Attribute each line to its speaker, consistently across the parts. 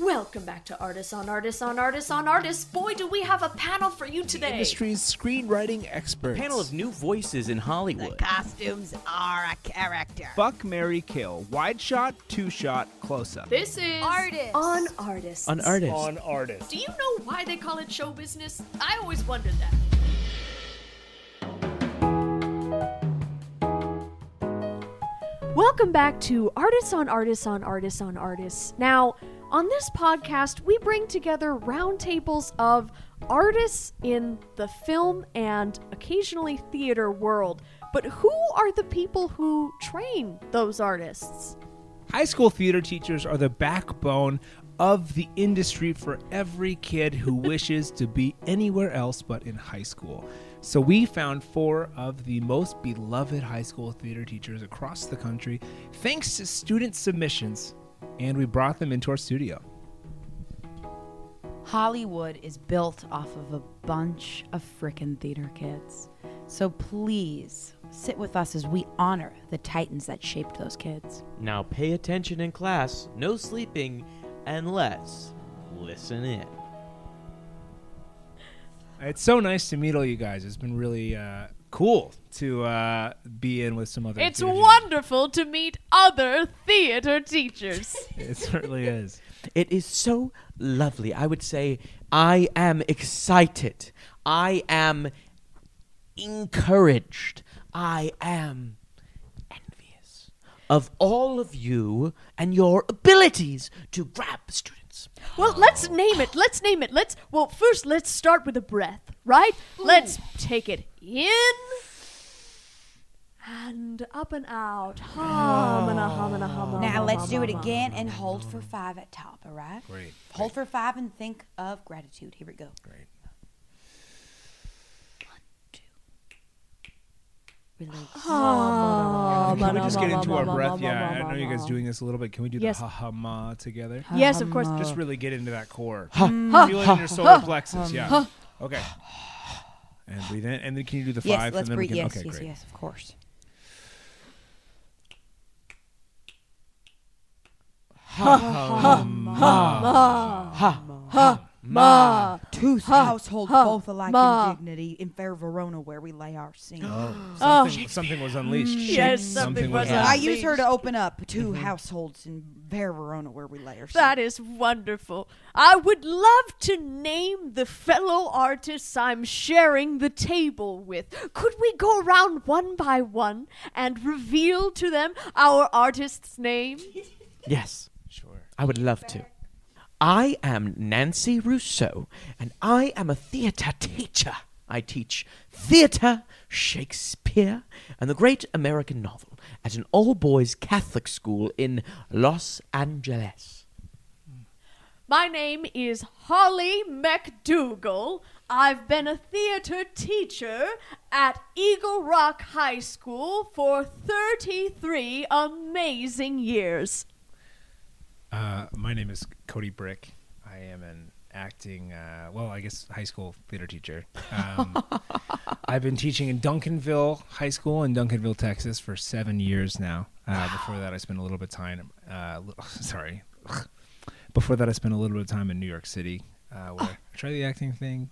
Speaker 1: Welcome back to Artists on Artists on Artists on Artists. Boy, do we have a panel for you today.
Speaker 2: Industry's screenwriting experts.
Speaker 3: panel of new voices in Hollywood.
Speaker 4: Costumes are a character.
Speaker 5: Fuck Mary Kill. Wide shot, two shot, close up.
Speaker 1: This is
Speaker 4: Artists.
Speaker 1: on Artists.
Speaker 3: An artist.
Speaker 2: on artists.
Speaker 1: Do you know why they call it show business? I always wondered that. Welcome back to Artists on Artists on Artists on Artists. Now, on this podcast, we bring together roundtables of artists in the film and occasionally theater world. But who are the people who train those artists?
Speaker 5: High school theater teachers are the backbone of the industry for every kid who wishes to be anywhere else but in high school. So we found four of the most beloved high school theater teachers across the country thanks to student submissions and we brought them into our studio.
Speaker 6: Hollywood is built off of a bunch of frickin' theater kids. So please sit with us as we honor the titans that shaped those kids.
Speaker 3: Now pay attention in class, no sleeping, and let's listen in.
Speaker 5: It's so nice to meet all you guys. It's been really uh, cool to uh, be in with some other
Speaker 1: It's
Speaker 5: theater-
Speaker 1: wonderful to meet other theater teachers.
Speaker 5: It certainly is.
Speaker 3: It is so lovely. I would say I am excited. I am encouraged. I am envious of all of you and your abilities to grab students.
Speaker 1: Well, let's name it. Let's name it. Let's well first let's start with a breath, right? Let's take it in and up and out. Hamana, hamana, hamana.
Speaker 6: Now let's do it again and hold for five at top, all right?
Speaker 5: Great,
Speaker 6: Hold for five and think of gratitude. Here we go.
Speaker 5: Great.
Speaker 6: Release.
Speaker 5: Can we
Speaker 1: Hamana,
Speaker 5: just get into our
Speaker 1: hamana,
Speaker 5: breath?
Speaker 1: hamana,
Speaker 5: Yeah, I know you guys
Speaker 1: hamana.
Speaker 5: doing this a little bit. Can we do
Speaker 1: Yes.
Speaker 5: the ha ha ma together?
Speaker 1: Yes, of course.
Speaker 6: Uh-huh.
Speaker 5: Just really get into that core.
Speaker 1: ha,
Speaker 5: Feel it in your solar plexus. Yeah. Okay. And breathe in. And then can you do the five?
Speaker 6: Yes,
Speaker 5: and
Speaker 6: let's
Speaker 5: then we
Speaker 6: breathe.
Speaker 5: can-
Speaker 6: Yes,
Speaker 5: okay,
Speaker 6: yes,
Speaker 5: great.
Speaker 6: yes, of course.
Speaker 1: Ma.
Speaker 7: Two households both alike in dignity in fair Verona where we lay our scene.
Speaker 5: Oh, Something, something was unleashed.
Speaker 1: Yes, something was
Speaker 5: unleashed.
Speaker 7: I use her to open up 2
Speaker 5: Mm-hmm.
Speaker 7: households in fair Verona where we lay our scene.
Speaker 1: That is wonderful. I would love to name the fellow artists I'm sharing the table with. Could we go around one by one and reveal to them our artist's name?
Speaker 3: Yes. Sure. I would love to. I am Nancy Rousseau, and I am a theater teacher. I teach theater, Shakespeare, and the great American novel at an all boys Catholic school in Los Angeles.
Speaker 1: My name is Holly McDougal. I've been a theater teacher at Eagle Rock High School for 33 amazing years.
Speaker 5: Uh, my name is Cody Brick. I am an acting, uh, well, I guess high school theater teacher. Um, I've been teaching in Duncanville High School in Duncanville, Texas, for seven years now. Uh, before that, I spent a little bit of time. Uh, li- sorry. before that, I spent a little bit of time in New York City, uh, where I tried the acting thing.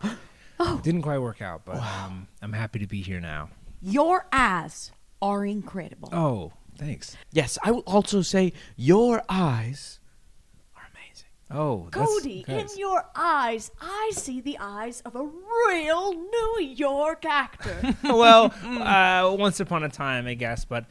Speaker 1: Oh.
Speaker 5: Didn't quite work out, but um, I'm happy to be here now.
Speaker 6: Your eyes are incredible.
Speaker 5: Oh, thanks.
Speaker 3: Yes, I will also say your eyes are amazing.
Speaker 5: Oh, that's-
Speaker 1: Cody,
Speaker 5: guys.
Speaker 1: in your eyes, I see the eyes of a real New York actor.
Speaker 5: well,
Speaker 3: Mm.
Speaker 5: uh, once upon a time, I guess, but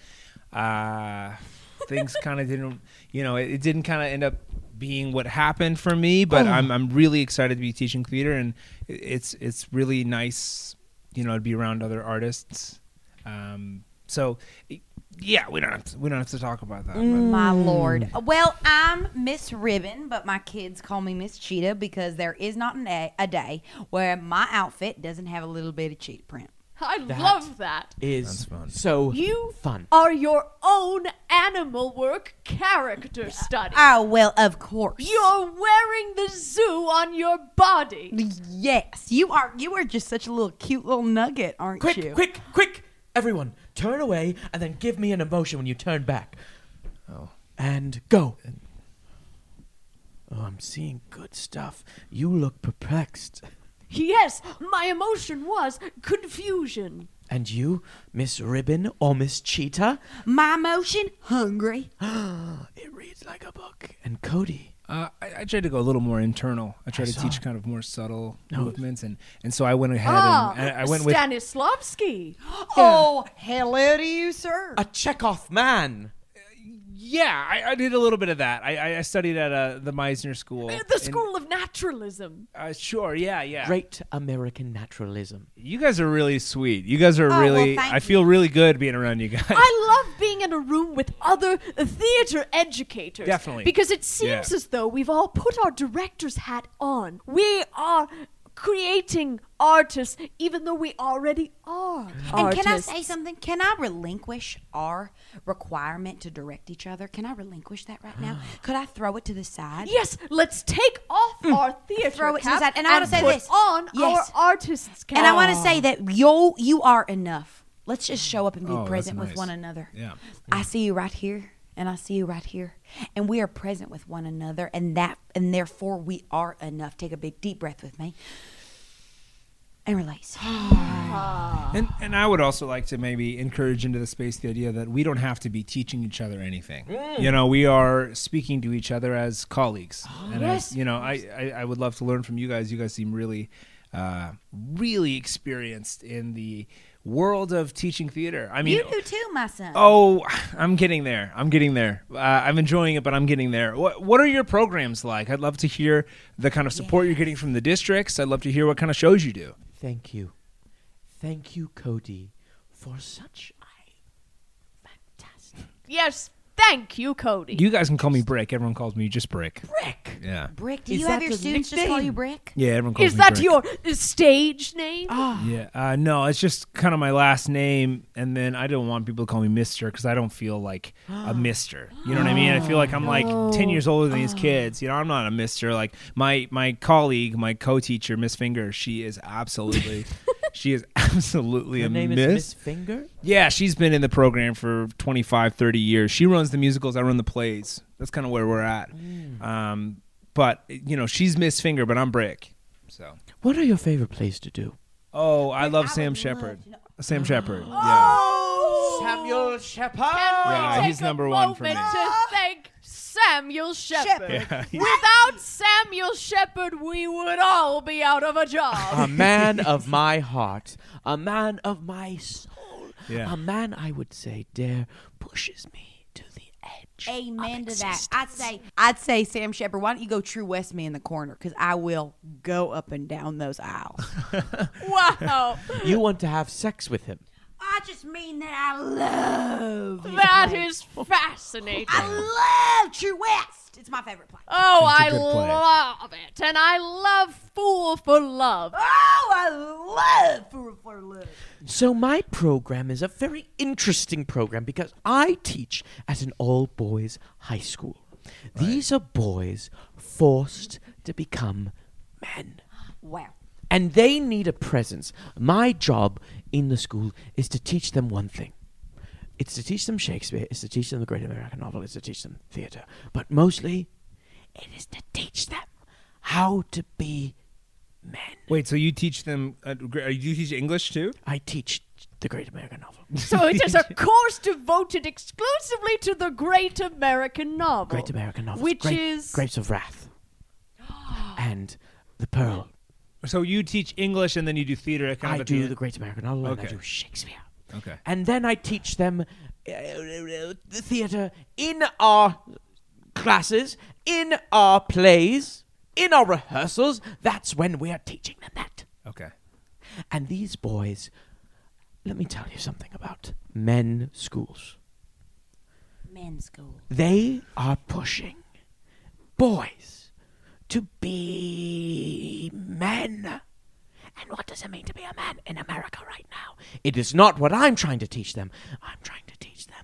Speaker 5: uh, things kind of didn't, you know, it, it didn't kind of end up being what happened for me. But
Speaker 3: Oh.
Speaker 5: I'm I'm really excited to be teaching theater, and i- it's it's really nice, you know, to be around other artists. Um, so, y- yeah, we don't have to, we don't have to talk about that.
Speaker 3: Mm.
Speaker 5: but-
Speaker 6: My lord. Well, I'm Miss Ribbon, but my kids call me Miss Cheetah because there is not an a, a day where my outfit doesn't have a little bit of cheetah print.
Speaker 1: I love that.
Speaker 3: Is
Speaker 5: fun.
Speaker 3: so
Speaker 1: You
Speaker 3: fun.
Speaker 1: are your own animal work character study.
Speaker 6: Oh, well, of course.
Speaker 1: You're wearing the zoo on your body.
Speaker 6: yes, you are. You are just such a little cute little nugget, aren't
Speaker 3: quick,
Speaker 6: you?
Speaker 3: quick, quick! Everyone, turn away and then give
Speaker 7: Oh.
Speaker 3: me an emotion when you turn back.
Speaker 5: Oh.
Speaker 3: And go. Oh, I'm seeing good stuff. You look perplexed.
Speaker 1: Yes, my emotion was confusion.
Speaker 3: And you, Miss Ribbon or Miss Cheetah?
Speaker 6: My motion, hungry.
Speaker 3: It reads like a book. And Cody.
Speaker 5: Uh, I, I tried to go a little more internal. I tried
Speaker 3: I
Speaker 5: to
Speaker 3: saw.
Speaker 5: teach kind of more subtle movements, and, and so I went ahead
Speaker 3: Oh,
Speaker 5: and, and I went with
Speaker 1: Ah, Stanislavski.
Speaker 7: Oh, hello to you, sir.
Speaker 3: A Chekhov man.
Speaker 5: yeah. I, I did a little bit of that. I, I- I studied at uh, the Meisner School.
Speaker 1: The
Speaker 5: in-
Speaker 1: school of naturalism.
Speaker 5: uh, sure, yeah, yeah.
Speaker 3: Great American naturalism.
Speaker 5: You guys are really sweet. You guys are
Speaker 6: well,
Speaker 5: really.
Speaker 6: thank
Speaker 5: I feel really good being around you guys.
Speaker 1: I love being in a room with other theater educators.
Speaker 5: Definitely.
Speaker 1: Because it seems
Speaker 5: Yeah.
Speaker 1: as though we've all put our director's hat on. We are creating artists even though we already are.
Speaker 6: And can I
Speaker 1: artists.
Speaker 6: say something? Can I relinquish our requirement to direct each other? Can I relinquish that right now? Could I throw it to the side?
Speaker 1: Yes, let's take off our theater
Speaker 6: Hmm. Throw it to the
Speaker 1: cap
Speaker 6: side. And I wanna say
Speaker 1: put
Speaker 6: this.
Speaker 1: on
Speaker 6: Yes.
Speaker 1: our artists cap.
Speaker 6: And I want to say that you you are enough. Let's just show up and be
Speaker 5: Oh, that's
Speaker 6: present with
Speaker 5: nice.
Speaker 6: one another.
Speaker 5: Yeah.
Speaker 6: I see you right here and I see you right here and we are present with one another and that and therefore we are enough. Take a big deep breath with me. And release.
Speaker 5: And and I would also like to maybe encourage into the space the idea that we don't have to be teaching each other anything. You know, we are speaking to each other as colleagues. and as, you know, I, I I would love to learn from you guys. You guys seem really, uh, really experienced in the world of teaching theater. I mean.
Speaker 6: You do too, my son.
Speaker 5: Oh, I'm getting there. I'm getting there. Uh, I'm enjoying it, but I'm getting there. What What are your programs like? I'd love to hear the kind of support you're getting from the districts. I'd love to hear what kind of shows you do.
Speaker 3: Thank you. Thank you, Cody, for such a fantastic
Speaker 1: Yes, thank you, Cody.
Speaker 5: You guys can call me Brick. Everyone calls me just Brick.
Speaker 3: brick.
Speaker 5: Yeah.
Speaker 6: Brick, do
Speaker 3: Is
Speaker 6: you have
Speaker 3: that
Speaker 6: your
Speaker 3: the
Speaker 6: students just call you
Speaker 3: nickname?
Speaker 6: Brick?
Speaker 5: Yeah, everyone calls
Speaker 1: Is
Speaker 5: me
Speaker 1: that
Speaker 5: Brick.
Speaker 1: your uh, stage name?
Speaker 5: Yeah, uh, no, it's just kind of my last name, and then I don't want people to call me Mister because I don't feel like a Mister. You know what I mean? I feel like I'm like ten years older than
Speaker 3: Oh.
Speaker 5: these kids. You know, I'm not a Mister. Like my my colleague, my co-teacher, Miss Finger, she is absolutely, she is absolutely
Speaker 3: Your
Speaker 5: a
Speaker 3: name
Speaker 5: miss.
Speaker 3: is Miss Finger?
Speaker 5: Yeah, she's been in the program for 25, 30 years. She runs the musicals, I run the plays. That's kind of where we're at.
Speaker 3: Mm.
Speaker 5: Um, but you know, she's Miss Finger, but I'm Brick. So.
Speaker 3: What are your favorite plays to do?
Speaker 5: Oh, I love Sam Shepard. Sam Shepard. Yeah.
Speaker 3: Samuel Shepard!
Speaker 5: Yeah,
Speaker 1: Take
Speaker 5: he's
Speaker 1: a
Speaker 5: number one for me.
Speaker 1: moment to thank Samuel Shepard.
Speaker 5: Yeah, he's-
Speaker 1: Without Samuel Shepard, we would all be out of a job.
Speaker 3: A man of my heart, a man of my soul,
Speaker 5: Yeah.
Speaker 3: a man I would say dare pushes me to the edge.
Speaker 6: Amen to that. I'd say, I'd say, Sam Shepard, why don't you go True West me in the corner? Because I will go up and down those aisles.
Speaker 1: wow,
Speaker 3: You want to have sex with him?
Speaker 6: I just mean that I love. his
Speaker 1: that
Speaker 6: play.
Speaker 1: is fascinating.
Speaker 6: I love True West. It's my favorite play.
Speaker 1: Oh,
Speaker 5: That's a
Speaker 1: I
Speaker 5: good play.
Speaker 1: love it, and I love Fool for Love.
Speaker 6: Oh, I love Fool for Love.
Speaker 3: So my program is a very interesting program because I teach at an all boys high school. These are boys forced to become men.
Speaker 6: Wow.
Speaker 3: and they need a presence. My job in the school is to teach them one thing. It's to teach them Shakespeare, it's to teach them the great American novel, it's to teach them theater. But mostly, it is to teach them how to be men.
Speaker 5: Wait, so you teach them? Uh, gr- uh, you teach English too?
Speaker 3: I teach the great American novel.
Speaker 1: So it is a course devoted exclusively to the great American novel.
Speaker 3: Great American novel.
Speaker 1: Which is-
Speaker 3: Grapes of Wrath. and The Pearl.
Speaker 5: So you teach English and then you do theater. at Kind
Speaker 3: I
Speaker 5: of at
Speaker 3: do
Speaker 5: end?
Speaker 3: the Great American Novel and I
Speaker 5: Okay.
Speaker 3: do Shakespeare.
Speaker 5: Okay.
Speaker 3: And then I teach them uh, the theater in our classes, in our plays, in our rehearsals. That's when we are teaching them that.
Speaker 5: Okay.
Speaker 3: And these boys, let me tell you something about men schools.
Speaker 6: Men's school.
Speaker 3: They are pushing boys to be men. And what does it mean to be a man in America right now? It is not what I'm trying to teach them. I'm trying to teach them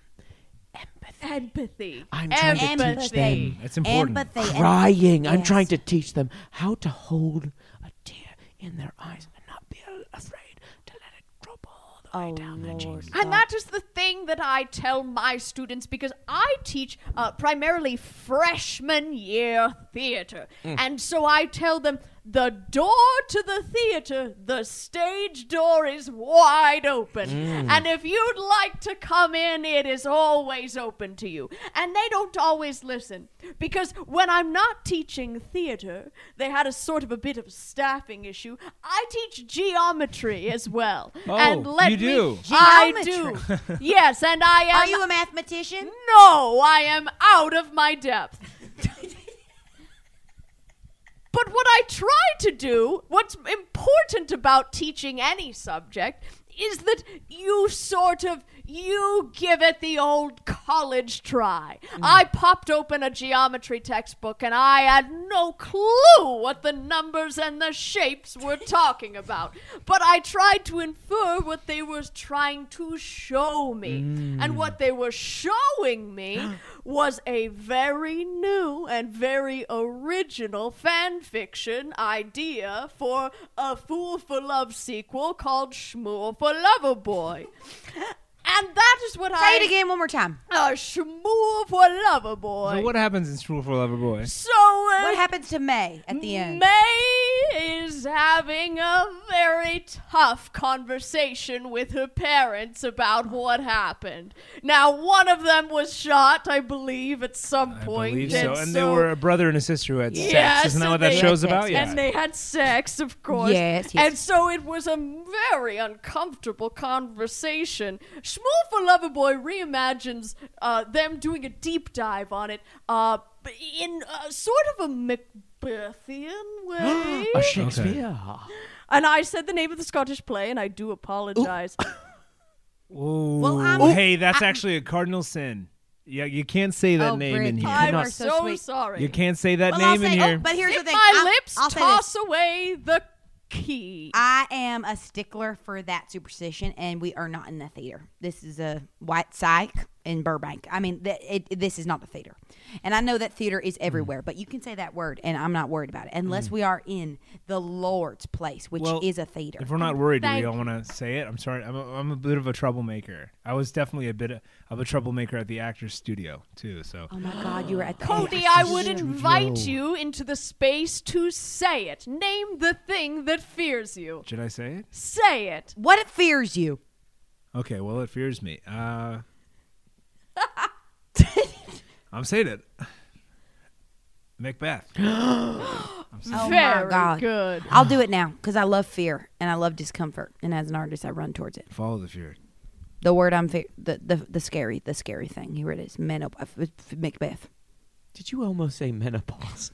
Speaker 3: empathy.
Speaker 1: Empathy.
Speaker 3: I'm trying to teach
Speaker 1: Empathy.
Speaker 3: them
Speaker 5: That's important.
Speaker 6: Empathy. and-
Speaker 3: crying. I'm
Speaker 6: Yes.
Speaker 3: trying to teach them how to hold a tear in their eyes and not be a- afraid to let it drop all
Speaker 6: oh, Lord.
Speaker 1: And that is the thing that I tell my students because I teach uh, primarily freshman year theater. And so I tell them the door to the theater, the stage door is wide open. And if you'd like to come in, it is always open to you. And they don't always listen because when I'm not teaching theater, they had a sort of a bit of a staffing issue. I teach geometry as well. and
Speaker 5: Oh,
Speaker 1: let me-
Speaker 5: you do.
Speaker 1: I
Speaker 6: Geometry.
Speaker 1: do. yes, and I am.
Speaker 6: Are you a mathematician?
Speaker 1: no, I am out of my depth. but what I try to do, what's important about teaching any subject, is that you sort of you give it the old college try. I popped open a geometry textbook and I had no clue what the numbers and the shapes were talking about. But I tried to infer what they were trying to show me. And what they were showing me was a very new and very original fan fiction idea for a Fool for Love sequel called Schmool for Lover Boy. And that is what I
Speaker 6: Say it again one more time.
Speaker 1: A Schmool for Lover Boy.
Speaker 5: So what happens in School for Lover Boy?
Speaker 1: So, uh,
Speaker 6: What happens to May at the end?
Speaker 1: May is having a very tough conversation with her parents about what happened. Now, one of them was shot, I believe, at some
Speaker 5: I
Speaker 1: point.
Speaker 5: believe so. And they were a brother and a sister who had
Speaker 1: Yes,
Speaker 5: sex. Isn't that
Speaker 1: and
Speaker 5: what that
Speaker 1: they-
Speaker 5: show's
Speaker 6: Yes,
Speaker 5: about? Yeah.
Speaker 1: And they had sex, of course.
Speaker 6: Yes, yes.
Speaker 1: And so it was a very uncomfortable conversation. Schmool for Loverboy reimagines uh, them doing a deep dive on it uh, in uh, sort of a Macbethian way.
Speaker 3: A Shakespeare.
Speaker 1: And I said the name of the Scottish play, and I do apologize.
Speaker 5: Whoa.
Speaker 6: Well, I'm-
Speaker 5: hey, that's actually a cardinal sin. Yeah, you can't say that
Speaker 6: Oh,
Speaker 5: name
Speaker 6: Brit,
Speaker 5: in here.
Speaker 6: I-
Speaker 1: I'm
Speaker 6: Not-
Speaker 1: so,
Speaker 6: so sweet.
Speaker 1: sorry.
Speaker 5: You can't say that
Speaker 6: Well, I'll
Speaker 5: name in
Speaker 6: say-
Speaker 5: here.
Speaker 6: oh, but here's
Speaker 1: If
Speaker 6: the thing.
Speaker 1: my
Speaker 6: I'm-
Speaker 1: lips
Speaker 6: I'll say this.
Speaker 1: toss away the key.
Speaker 6: I am a stickler for that superstition, and we are not in the theater. This is a white psych in Burbank. I mean, th- it, this is not the theater. And I know that theater
Speaker 5: Hmm.
Speaker 6: is everywhere, but you can say that word, and I'm not worried about it, unless we are in the Lord's place, which
Speaker 5: Well,
Speaker 6: is a theater.
Speaker 5: If we're not worried, do
Speaker 1: Thank-
Speaker 5: we all want to say it? I'm sorry. I'm a, I'm a bit of a troublemaker. I was definitely a bit of, of a troublemaker at the actor's studio, too. So
Speaker 6: Oh my God, you were at the
Speaker 1: Cody, I would invite you into the space to say it. Name the thing that fears you.
Speaker 5: should I say it?
Speaker 1: Say it.
Speaker 6: What it fears you?
Speaker 5: Okay, well, it fears me. Uh, I'm saying it. Macbeth.
Speaker 6: Oh
Speaker 1: Very
Speaker 6: my God.
Speaker 1: good.
Speaker 6: I'll do it now because I love fear and I love discomfort, and as an artist, I run towards it.
Speaker 5: Follow the fear.
Speaker 6: The word I'm fe- the, the the scary the scary thing. Here it is, Menop- Macbeth.
Speaker 3: Did you almost say menopause?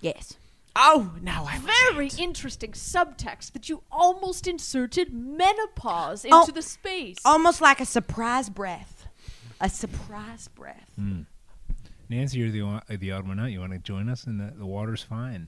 Speaker 6: Yes.
Speaker 3: Oh, now I
Speaker 1: Very interesting subtext that you almost inserted menopause into
Speaker 6: Oh.
Speaker 1: the space.
Speaker 6: almost like a surprise breath. A surprise breath.
Speaker 5: Nancy, you're the, o- uh, the odd one out. You want to join us? And the, the water's fine.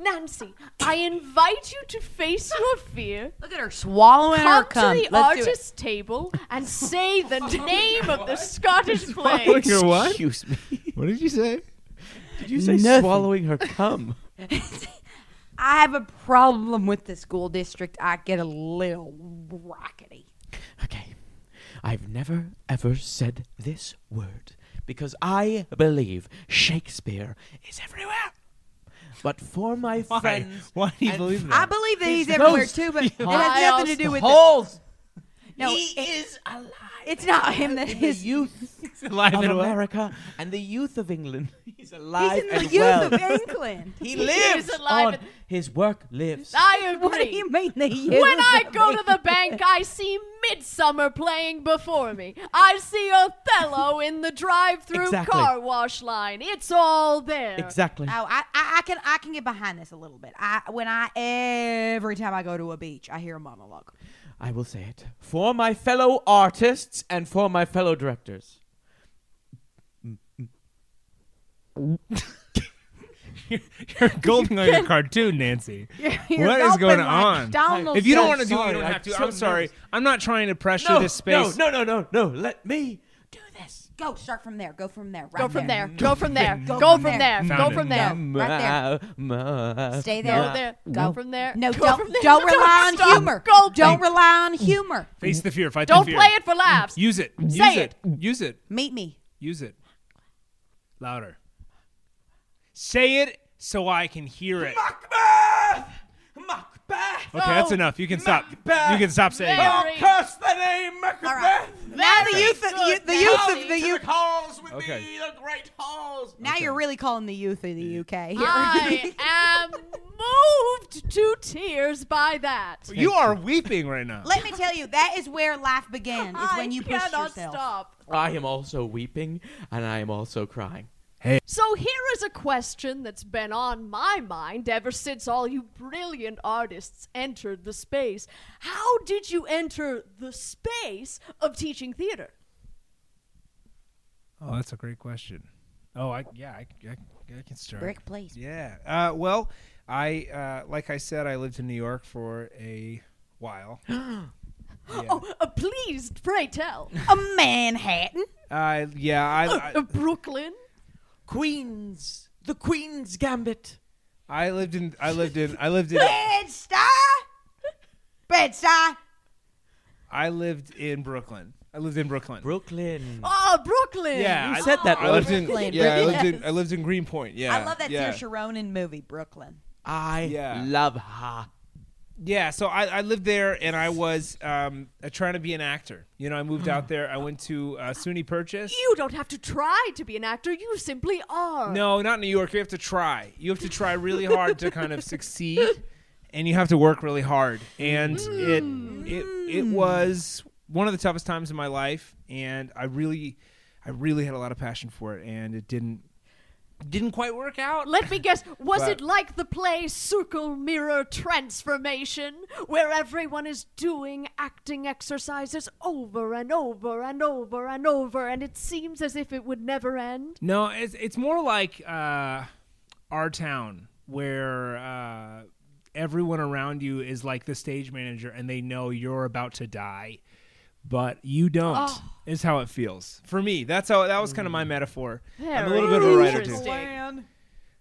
Speaker 1: Nancy, I invite you to face your fear
Speaker 6: Look at her swallowing her
Speaker 1: come
Speaker 6: cum.
Speaker 1: to the
Speaker 6: Let's do it.
Speaker 1: artist's table and say the name of the Scottish play.
Speaker 5: Swallowing your what?
Speaker 3: Excuse me.
Speaker 5: What did you say?
Speaker 3: Did you say
Speaker 6: Nothing.
Speaker 3: swallowing her cum?
Speaker 6: I have a problem with the school district. I get a little rockety.
Speaker 3: Okay. I've never ever said this word because I believe Shakespeare is everywhere. But for my friends,
Speaker 5: Why do you
Speaker 3: and
Speaker 5: believe
Speaker 6: I
Speaker 5: that?
Speaker 6: believe that
Speaker 3: He's
Speaker 6: he's,
Speaker 3: the
Speaker 6: everywhere
Speaker 3: ghost.
Speaker 6: too, but it
Speaker 1: I
Speaker 6: has nothing
Speaker 1: also-
Speaker 6: to do with it.
Speaker 3: holes.
Speaker 6: No,
Speaker 3: he
Speaker 6: it-
Speaker 3: is alive.
Speaker 6: it's not him that
Speaker 3: in the
Speaker 6: is.
Speaker 3: youth
Speaker 5: Alive
Speaker 3: of
Speaker 5: and well.
Speaker 3: America and the youth of England. He's
Speaker 6: He's
Speaker 3: alive
Speaker 6: in the
Speaker 3: and
Speaker 6: youth
Speaker 3: well.
Speaker 6: of England.
Speaker 3: he lives
Speaker 1: is alive
Speaker 3: on
Speaker 1: and-
Speaker 3: his work lives.
Speaker 6: Ah.
Speaker 1: I agree.
Speaker 6: What do you mean the youth?
Speaker 1: When I
Speaker 6: of
Speaker 1: go to the
Speaker 6: England?
Speaker 1: bank, I see Midsummer playing before me. I see Othello in the drive-through
Speaker 3: Exactly.
Speaker 1: car wash line. It's all there.
Speaker 3: Exactly.
Speaker 6: Oh, I, I, I can I can get behind this a little bit. I when I every time I go to a beach, I hear a monologue.
Speaker 3: I will say it. For my fellow artists and for my fellow directors.
Speaker 5: You're gulping on your cartoon, Nancy. What is going on?
Speaker 6: Donald
Speaker 5: If you don't
Speaker 6: Duck.
Speaker 5: want to do it, you
Speaker 3: sorry,
Speaker 5: don't
Speaker 3: I'm
Speaker 5: have to.
Speaker 3: so
Speaker 5: I'm sorry.
Speaker 3: nervous.
Speaker 5: I'm not trying to pressure
Speaker 3: no,
Speaker 5: this space.
Speaker 3: No, no, no, no, no. Let me
Speaker 6: do this. Go start from there. Go from there. Right
Speaker 1: Go from
Speaker 6: there.
Speaker 1: there. Go from there.
Speaker 6: Go
Speaker 1: Go
Speaker 6: from
Speaker 1: from there.
Speaker 6: there.
Speaker 1: Go
Speaker 5: Found
Speaker 1: from
Speaker 5: it.
Speaker 1: there.
Speaker 6: Right
Speaker 3: there.
Speaker 6: Stay there.
Speaker 1: Go there. Go
Speaker 6: Go.
Speaker 1: from there.
Speaker 6: No,
Speaker 1: Go
Speaker 6: don't
Speaker 1: from there.
Speaker 6: don't rely on
Speaker 1: stop. Mm.
Speaker 6: humor.
Speaker 1: Go.
Speaker 6: Don't rely on humor.
Speaker 5: Face the fear. Fight
Speaker 1: Don't
Speaker 5: the fear.
Speaker 1: play it for laughs.
Speaker 5: Use it. Use
Speaker 1: Say
Speaker 5: Use it.
Speaker 6: Meet me.
Speaker 5: Use it. Louder. Say it so I can hear it.
Speaker 8: Macbeth! Macbeth!
Speaker 5: Okay, that's enough. You can stop. You
Speaker 8: Macbeth!
Speaker 5: can stop saying it.
Speaker 1: Mary.
Speaker 8: Curse the name Macbeth!
Speaker 6: Now the youth, the, youth- the youth of the
Speaker 8: To
Speaker 6: U.
Speaker 8: the halls with
Speaker 5: Okay.
Speaker 8: me, the great halls!
Speaker 6: Now you're really calling the youth of the UK. here.
Speaker 1: I am moved to tears by that.
Speaker 5: You are weeping right now.
Speaker 6: Let me tell you, that is where life began. Is when you
Speaker 1: I
Speaker 6: push
Speaker 1: cannot
Speaker 6: yourself.
Speaker 1: stop.
Speaker 3: I am also weeping and I am also crying.
Speaker 1: So here is a question that's been on my mind ever since all you brilliant artists entered the space. How did you enter the space of teaching theater?
Speaker 5: Oh, that's a great question. Oh, I yeah, I, I, I can start.
Speaker 6: Brick, please.
Speaker 5: Yeah. Uh, well, I uh, like I said, I lived in New York for a while. yeah.
Speaker 1: Oh, uh, please, pray tell.
Speaker 6: A Manhattan.
Speaker 5: Uh, yeah. I,
Speaker 1: Uh, Brooklyn.
Speaker 3: Queens! The Queen's Gambit!
Speaker 5: I I lived in I lived in I lived in
Speaker 6: Bed Stuy. Bed Stuy.
Speaker 5: I lived in Brooklyn. I lived in Brooklyn.
Speaker 3: Brooklyn.
Speaker 1: Oh, Brooklyn.
Speaker 5: Yeah,
Speaker 3: You said that
Speaker 5: I lived in
Speaker 6: Brooklyn,
Speaker 5: yeah, I lived in
Speaker 6: yes.
Speaker 5: I lived in Greenpoint. Yeah,
Speaker 6: I love that
Speaker 5: yeah.
Speaker 6: Saoirse Ronan movie, Brooklyn.
Speaker 3: I
Speaker 5: Yeah.
Speaker 3: love her.
Speaker 5: Yeah, so I, I lived there and I was um, uh, trying to be an actor. You know, I moved out there. I went to uh, SUNY Purchase.
Speaker 1: You don't have to try to be an actor, you simply are.
Speaker 5: No, not New York. You have to try. You have to try really hard to kind of succeed, and you have to work really hard. And it it
Speaker 6: Mm.
Speaker 5: it was one of the toughest times in my life, and I really, I really had a lot of passion for it, and it didn't didn't quite work out.
Speaker 1: Let me guess, was
Speaker 5: But-
Speaker 1: it like the play Circle Mirror Transformation, where everyone is doing acting exercises over and over and over and over, and it seems as if it would never end?
Speaker 5: No, it's it's more like uh, our town where uh, everyone around you is like the stage manager, and they know you're about to die, but you don't.
Speaker 1: Oh.
Speaker 5: Is how it feels for me. That's how that was kind of my metaphor. I'm a little bit of a
Speaker 1: Very
Speaker 5: writer too.
Speaker 1: interesting.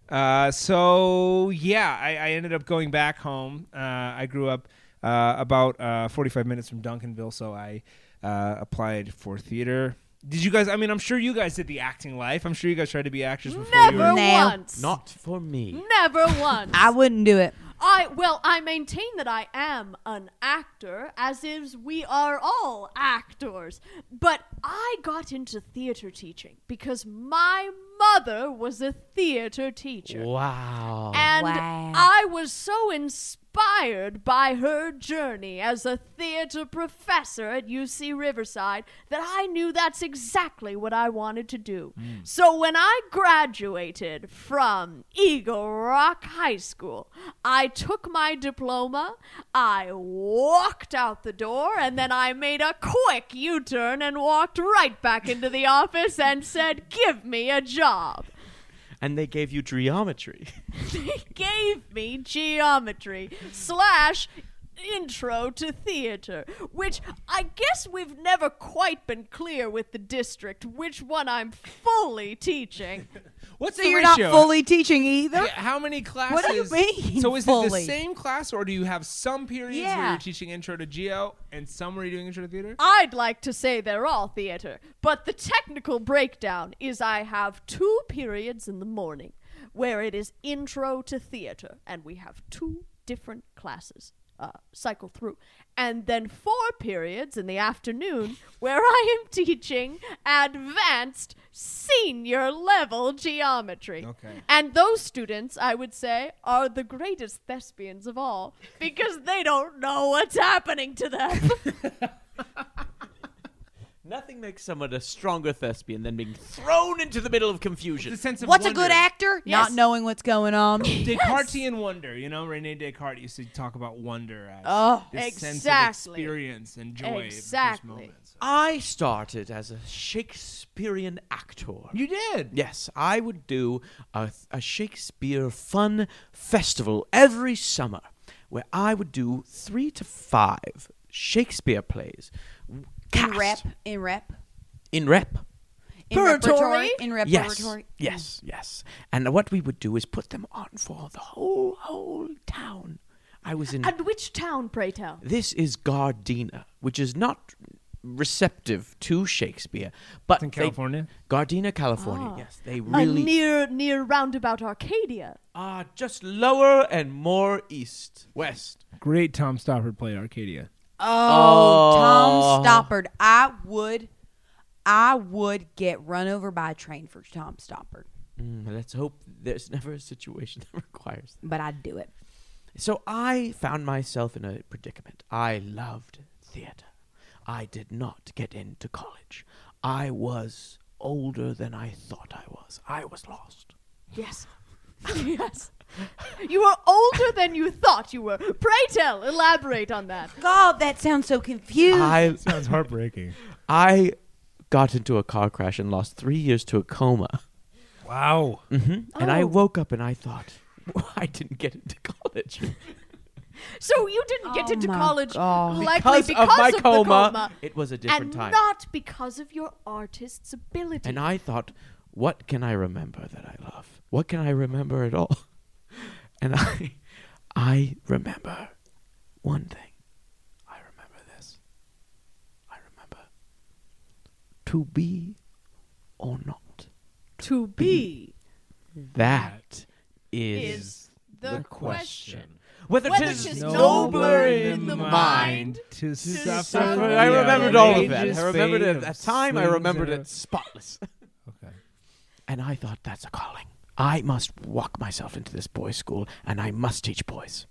Speaker 5: Uh, so yeah, I, I ended up going back home. Uh, I grew up uh, about uh, 45 minutes from Duncanville, so I uh, applied for theater. Did you guys? I mean, I'm sure you guys did the acting life. I'm sure you guys tried to be actors before you
Speaker 1: Never
Speaker 5: were.
Speaker 6: Now.
Speaker 1: once.
Speaker 3: Not for me.
Speaker 1: Never once.
Speaker 6: I wouldn't do it.
Speaker 1: I well, I maintain that I am an actor, as is we are all actors. But I got into theater teaching because my mother was a theater teacher.
Speaker 3: Wow.
Speaker 1: And
Speaker 6: Wow.
Speaker 1: I was so inspired by her journey as a theater professor at UC Riverside that I knew that's exactly what I wanted to do. So when I graduated from Eagle Rock High School, I took my diploma, I walked out the door, and then I made a quick U turn and walked right back into the office and said, Give me a job
Speaker 3: and they gave you geometry.
Speaker 1: gave me geometry slash intro to theater which i guess we've never quite been clear with the district which one i'm fully teaching
Speaker 5: What's
Speaker 6: So
Speaker 5: the
Speaker 6: you're
Speaker 5: ratio?
Speaker 6: not fully teaching either.
Speaker 5: Yeah, How many classes?
Speaker 6: do you mean,
Speaker 5: So is it the
Speaker 6: fully?
Speaker 5: same class, or do you have some periods where
Speaker 6: Yeah. Uh,
Speaker 5: you're teaching intro to geo and some where you're doing intro to theater?
Speaker 1: i'd like to say they're all theater but the technical breakdown is i have two periods in the morning where it is intro to theater and we have two different classes uh, cycle through and then four periods in the afternoon where I am teaching advanced senior level geometry.
Speaker 5: Okay.
Speaker 1: And those students, I would say, are the greatest thespians of all because they don't know what's happening to them.
Speaker 3: Nothing makes someone a stronger thespian than being thrown into the middle of
Speaker 5: The
Speaker 3: confusion.
Speaker 5: sense of
Speaker 6: What's a
Speaker 5: wonder.
Speaker 6: good actor?
Speaker 1: Yes.
Speaker 6: Not knowing what's going on.
Speaker 5: Descartesian wonder, you know, Rene Descartes used to talk about wonder as
Speaker 6: Oh,
Speaker 5: this sense of
Speaker 1: exactly.
Speaker 5: experience and joy
Speaker 1: Exactly.
Speaker 5: of the first moment. So-
Speaker 3: I started as a Shakespearean actor.
Speaker 5: You did.
Speaker 3: Yes, I would do a, a Shakespeare fun festival every summer where I would do three to five Shakespeare plays.
Speaker 6: In
Speaker 3: Cast.
Speaker 6: rep, in rep.
Speaker 3: in rep.
Speaker 6: In repertory. In
Speaker 3: Yes,
Speaker 6: repertory.
Speaker 3: yes, yes. And what we would do is put them on for the whole whole town. I was in.
Speaker 1: And which town, pray tell?
Speaker 3: This is Gardena, which is not receptive to Shakespeare, but
Speaker 5: in
Speaker 3: they-
Speaker 5: California?
Speaker 3: Gardena, California.
Speaker 1: Ah.
Speaker 3: Yes, they
Speaker 1: Uh,
Speaker 3: really
Speaker 1: near near roundabout Arcadia.
Speaker 3: are just lower and more east, west.
Speaker 5: Great Tom Stoppard played Arcadia.
Speaker 6: Oh,
Speaker 3: Oh.
Speaker 6: Tom Stoppard. I would I would get run over by a train for Tom Stoppard.
Speaker 3: Mm, let's hope there's never a situation that requires
Speaker 6: But I'd do it.
Speaker 3: So I found myself in a predicament. I loved theater. I did not get into college. I was older than I thought I was. I was lost.
Speaker 1: Yes. yes. You were older than you thought you were. Pray tell, elaborate on that.
Speaker 6: God, that sounds so confused.
Speaker 3: I
Speaker 5: Sounds heartbreaking.
Speaker 3: I got into a car crash and lost 3 years to a coma. Mm-hmm.
Speaker 5: Wow.
Speaker 3: And I
Speaker 1: Oh.
Speaker 3: woke up and I thought I didn't get into college.
Speaker 1: So you didn't get
Speaker 6: Oh
Speaker 1: into
Speaker 6: my
Speaker 1: college
Speaker 6: God.
Speaker 1: likely because,
Speaker 3: of my
Speaker 1: the
Speaker 3: coma,
Speaker 1: coma
Speaker 3: it was a different
Speaker 1: and
Speaker 3: time.
Speaker 1: not because of your artist's ability.
Speaker 3: And I thought, what can I remember that I love? What can I remember at all? And I, I remember one thing. I remember this. I remember to be or not.
Speaker 1: to be
Speaker 3: That is,
Speaker 1: is the, question.
Speaker 3: whether,
Speaker 1: Whether
Speaker 3: 'tis
Speaker 1: 'tis
Speaker 3: nobler in the mind.
Speaker 5: to
Speaker 1: suffer
Speaker 5: suffer.
Speaker 1: the
Speaker 3: I remembered all of that.
Speaker 5: outrageous
Speaker 3: I remembered it
Speaker 5: fate
Speaker 3: at that
Speaker 5: of
Speaker 3: time. I
Speaker 5: slings
Speaker 3: remembered
Speaker 5: and
Speaker 3: it spotless.
Speaker 5: Okay.
Speaker 3: And I thought, that's a calling. I must walk myself into this boys' school and I must teach boys.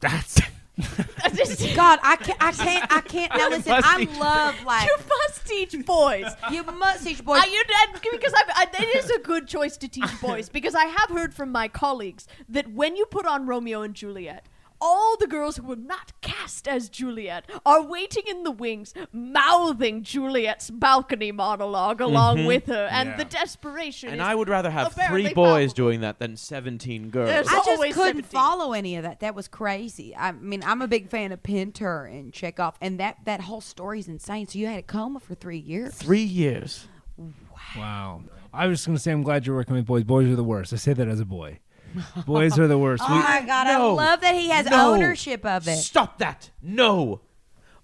Speaker 3: That's
Speaker 6: God, I can't. I can't. I can't. Now listen,
Speaker 3: must
Speaker 6: I
Speaker 3: teach-
Speaker 6: love like
Speaker 1: You must teach boys.
Speaker 6: you must teach boys.
Speaker 1: I, you, and because I've, I, it is a good choice to teach boys because I have heard from my colleagues that when you put on Romeo and Juliet, all the girls who were not cast as Juliet are waiting in the wings, mouthing Juliet's balcony monologue along with her, and
Speaker 5: Yeah.
Speaker 1: the desperation.
Speaker 3: And
Speaker 1: is
Speaker 3: I would rather have three
Speaker 1: apparently
Speaker 3: boys
Speaker 1: palpable.
Speaker 3: doing that than 17 girls.
Speaker 1: Yes.
Speaker 6: I just
Speaker 1: always
Speaker 6: couldn't
Speaker 1: 17.
Speaker 6: follow any of that. That was crazy. I mean, I'm a big fan of Pinter and Chekhov, and that that whole story's insane. So you had a coma for three years.
Speaker 3: Three years.
Speaker 5: Wow. I was just gonna say I'm glad you're working with boys. Boys are the worst. I say that as a boy. Boys are the worst.
Speaker 6: Oh my God,
Speaker 3: No.
Speaker 6: I love that he has
Speaker 3: No.
Speaker 6: ownership of it.
Speaker 3: Stop that. No.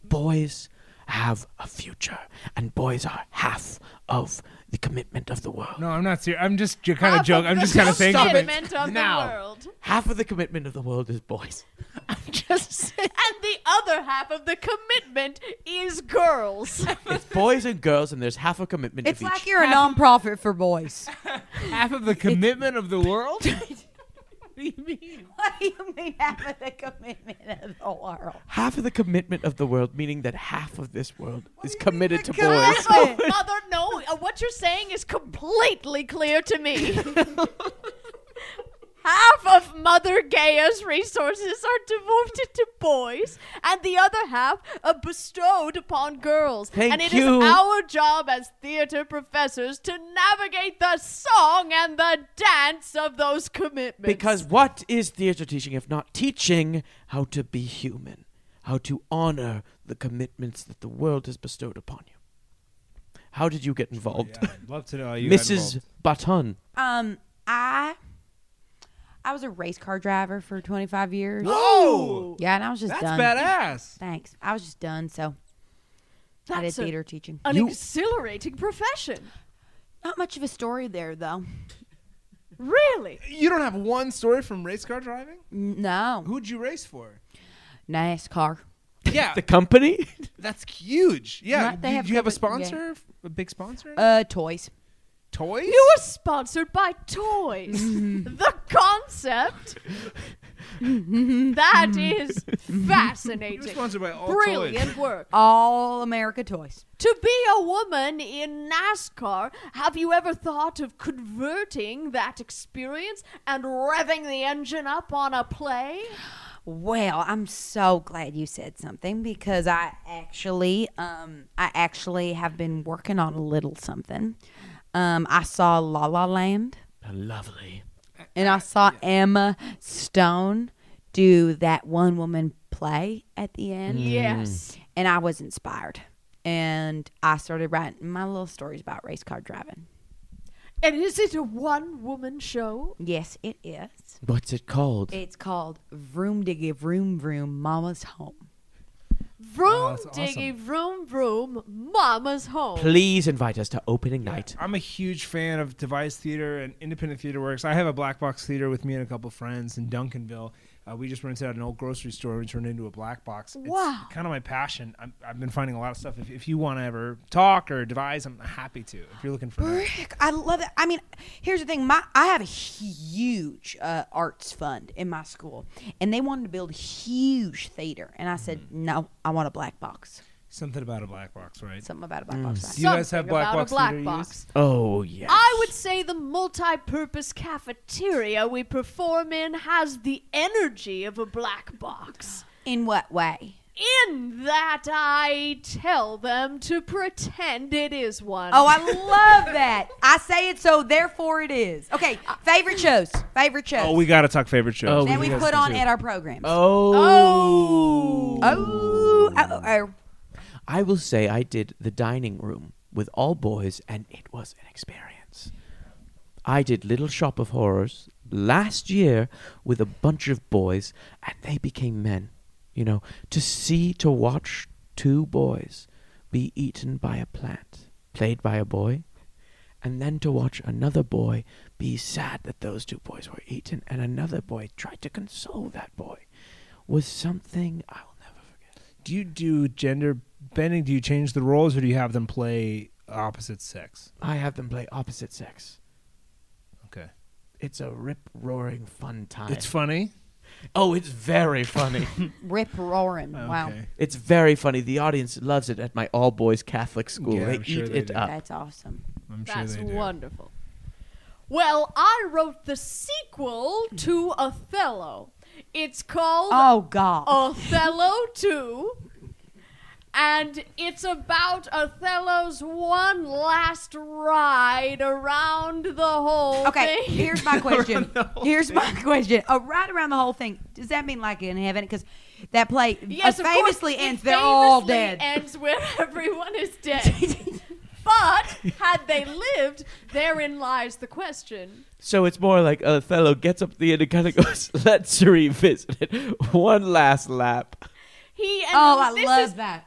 Speaker 3: Boys have a future, and boys are half of the commitment of the world.
Speaker 5: no, I'm not serious. I'm just you're kind
Speaker 1: half
Speaker 5: of joking. I'm
Speaker 1: the
Speaker 5: just kind of saying
Speaker 3: Stop
Speaker 5: something.
Speaker 1: commitment of the
Speaker 3: Now.
Speaker 1: world,
Speaker 3: Half of the commitment of the world is boys. I'm just saying.
Speaker 1: and the other half of the commitment is girls.
Speaker 3: it's boys and girls, and there's half a commitment
Speaker 6: It's
Speaker 3: of each.
Speaker 6: like you're a nonprofit for boys.
Speaker 5: half of the commitment of the world.
Speaker 6: what do you mean half of the commitment of the world?
Speaker 3: half of the commitment of the world, meaning that half of this world is committed to boys.
Speaker 1: oh, mother, no. uh, What you're saying is completely clear to me. Half of Mother Gaia's resources are devoted to boys, and the other half are bestowed upon girls.
Speaker 3: Thank
Speaker 1: and it is
Speaker 3: you.
Speaker 1: our job as theater professors to navigate the song and the dance of those commitments.
Speaker 3: Because what is theater teaching if not teaching how to be human, how to honor the commitments that the world has bestowed upon you? How did you get involved?
Speaker 5: I'd love to know how you got
Speaker 3: Mrs.
Speaker 5: involved.
Speaker 3: Baton.
Speaker 6: Um, I I was a race car driver for 25 years.
Speaker 5: Oh,
Speaker 6: Yeah, and I was just done.
Speaker 5: that's badass.
Speaker 6: Thanks. I was just done, so I did
Speaker 1: That's a-
Speaker 6: theater teaching.
Speaker 1: an
Speaker 3: you-
Speaker 1: exhilarating profession.
Speaker 6: Not much of a story there, though.
Speaker 1: Really?
Speaker 5: You don't have one story from race car driving.
Speaker 6: No,
Speaker 5: Who'd you race for?
Speaker 6: NASCAR.
Speaker 5: Yeah,
Speaker 3: The company?
Speaker 5: that's huge. Yeah,
Speaker 6: Right, they
Speaker 5: do,
Speaker 6: have
Speaker 5: do you have a
Speaker 6: different- yeah.
Speaker 5: sponsor? A big sponsor?
Speaker 6: Uh, toys.
Speaker 5: Toys?
Speaker 1: You were sponsored by toys. the concept. that is
Speaker 5: You were
Speaker 1: fascinating.
Speaker 5: sponsored by all toys.
Speaker 1: Brilliant work.
Speaker 6: All America toys.
Speaker 1: To be a woman in NASCAR, have you ever thought of converting that experience and revving the engine up on a play?
Speaker 6: Well, I'm so glad you said something because I actually, um, I actually have been working on a little something. Um, I saw La La Land,
Speaker 3: Lovely.
Speaker 6: and I saw Emma Stone do that one woman play at the end,
Speaker 1: Yes.
Speaker 6: and I was inspired. and I started writing my little stories about race car driving.
Speaker 1: And is it a one woman show?
Speaker 6: Yes, it is.
Speaker 3: What's it called?
Speaker 6: It's called Vroom Diggy Vroom Vroom Mama's Home.
Speaker 1: Vroom
Speaker 5: Oh, that's
Speaker 1: diggy, vroom vroom, mama's home.
Speaker 3: Please invite us to opening night.
Speaker 5: I'm a huge fan of devised theater and independent theater works. I have a black box theater with me and a couple friends in Duncanville. Uh, we just rented out an old grocery store and turned it into a black box.
Speaker 1: Wow.
Speaker 5: It's kind of my passion. I'm, I've been finding a lot of stuff. If, if you want to ever talk or devise, I'm happy to. If you're looking for that.
Speaker 6: Brick, I love it. I mean, here's the thing. My I have a huge uh, arts fund in my school, and they wanted to build a huge theater, and I said
Speaker 5: Mm-hmm.
Speaker 6: no. I want a black box.
Speaker 5: something about a black box, right?
Speaker 6: Something about a black box.
Speaker 5: Do you guys have
Speaker 1: Something
Speaker 5: black
Speaker 1: about
Speaker 5: box
Speaker 1: a black
Speaker 5: theater you use?
Speaker 1: box.
Speaker 3: Oh yes.
Speaker 1: I would say the multi-purpose cafeteria we perform in has the energy of a black box.
Speaker 6: In what way?
Speaker 1: In that I tell them to pretend it is one.
Speaker 6: Oh, I love that. I say it so, therefore it is. Okay, favorite shows. Favorite shows
Speaker 5: Oh, we got to talk favorite shows.
Speaker 3: Oh,
Speaker 6: that we
Speaker 5: Yes,
Speaker 6: put
Speaker 5: me
Speaker 6: on
Speaker 5: too.
Speaker 6: at our programs.
Speaker 3: Oh.
Speaker 6: Oh, oh, oh.
Speaker 3: I will say I did the dining room with all boys, and it was an experience. I did Little Shop of Horrors last year with a bunch of boys, and they became men. You know, to see, to watch two boys be eaten by a plant, played by a boy, and then to watch another boy be sad that those two boys were eaten, and another boy try to console that boy, was something I'll never forget.
Speaker 5: Do you do gender bending? Do you change the roles or do you have them play opposite sex?
Speaker 3: I have them play opposite sex.
Speaker 5: Okay.
Speaker 3: It's a rip roaring fun time.
Speaker 5: It's funny.
Speaker 3: oh, it's very funny.
Speaker 6: Rip roaring. Wow.
Speaker 5: Okay.
Speaker 3: it's very funny. The audience loves it at my all boys Catholic school.
Speaker 5: Yeah,
Speaker 3: they
Speaker 5: I'm sure
Speaker 3: eat
Speaker 5: they
Speaker 3: it
Speaker 5: do.
Speaker 3: up.
Speaker 6: That's awesome.
Speaker 5: I'm sure
Speaker 1: That's
Speaker 5: they do.
Speaker 1: wonderful. Well, I wrote the sequel to Othello. It's called
Speaker 5: Ah.
Speaker 6: Oh, God.
Speaker 1: Othello 2. And it's about Othello's one last ride around the whole
Speaker 6: Okay,
Speaker 1: thing.
Speaker 6: here's my question. Here's my question. Uh, right around the whole thing. Does that mean like in heaven? Because that play
Speaker 1: Yes,
Speaker 6: uh,
Speaker 1: of course,
Speaker 6: famously
Speaker 1: it
Speaker 6: ends. They're all
Speaker 1: famously
Speaker 6: dead.
Speaker 1: Ends where everyone is dead. but had they lived, therein lies the question.
Speaker 3: So it's more like uh, Othello gets up the end and kind of goes, let's revisit it. One last lap.
Speaker 1: He and
Speaker 6: oh, I
Speaker 1: this
Speaker 6: love
Speaker 1: is
Speaker 6: that.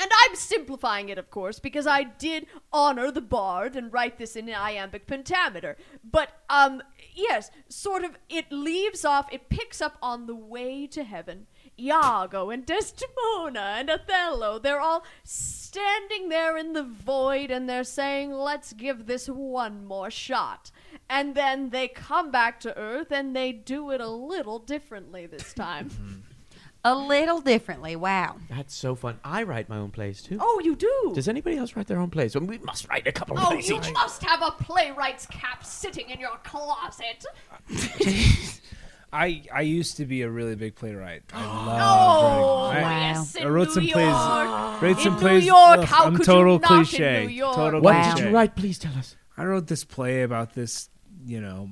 Speaker 1: And I'm simplifying it, of course, because I did honor the bard and write this in iambic pentameter. But, um, yes, sort of, it leaves off, it picks up on the way to heaven. Iago and Desdemona and Othello, they're all standing there in the void and they're saying, let's give this one more shot. And then they come back to Earth and they do it a little differently this time.
Speaker 6: A little differently. Wow.
Speaker 3: That's so fun. I write my own plays too.
Speaker 1: oh, you do?
Speaker 3: Does anybody else write their own plays? Well, we must write a couple of
Speaker 1: Oh,
Speaker 3: plays
Speaker 1: you
Speaker 3: each.
Speaker 1: must have a playwright's cap sitting in your closet.
Speaker 5: I I used to be a really big playwright. I
Speaker 1: Oh,
Speaker 5: love. writing. I,
Speaker 1: yes, in
Speaker 5: I wrote
Speaker 1: New
Speaker 5: some
Speaker 1: York.
Speaker 5: plays. Wrote some
Speaker 1: In New
Speaker 5: plays.
Speaker 1: York,
Speaker 5: Ugh,
Speaker 1: how
Speaker 5: I'm
Speaker 1: could
Speaker 5: total
Speaker 1: you not in
Speaker 5: cliche.
Speaker 1: New York?
Speaker 5: Total
Speaker 3: What
Speaker 6: Wow.
Speaker 5: cliche.
Speaker 3: did you write? Please tell us.
Speaker 5: I wrote this play about this. You know,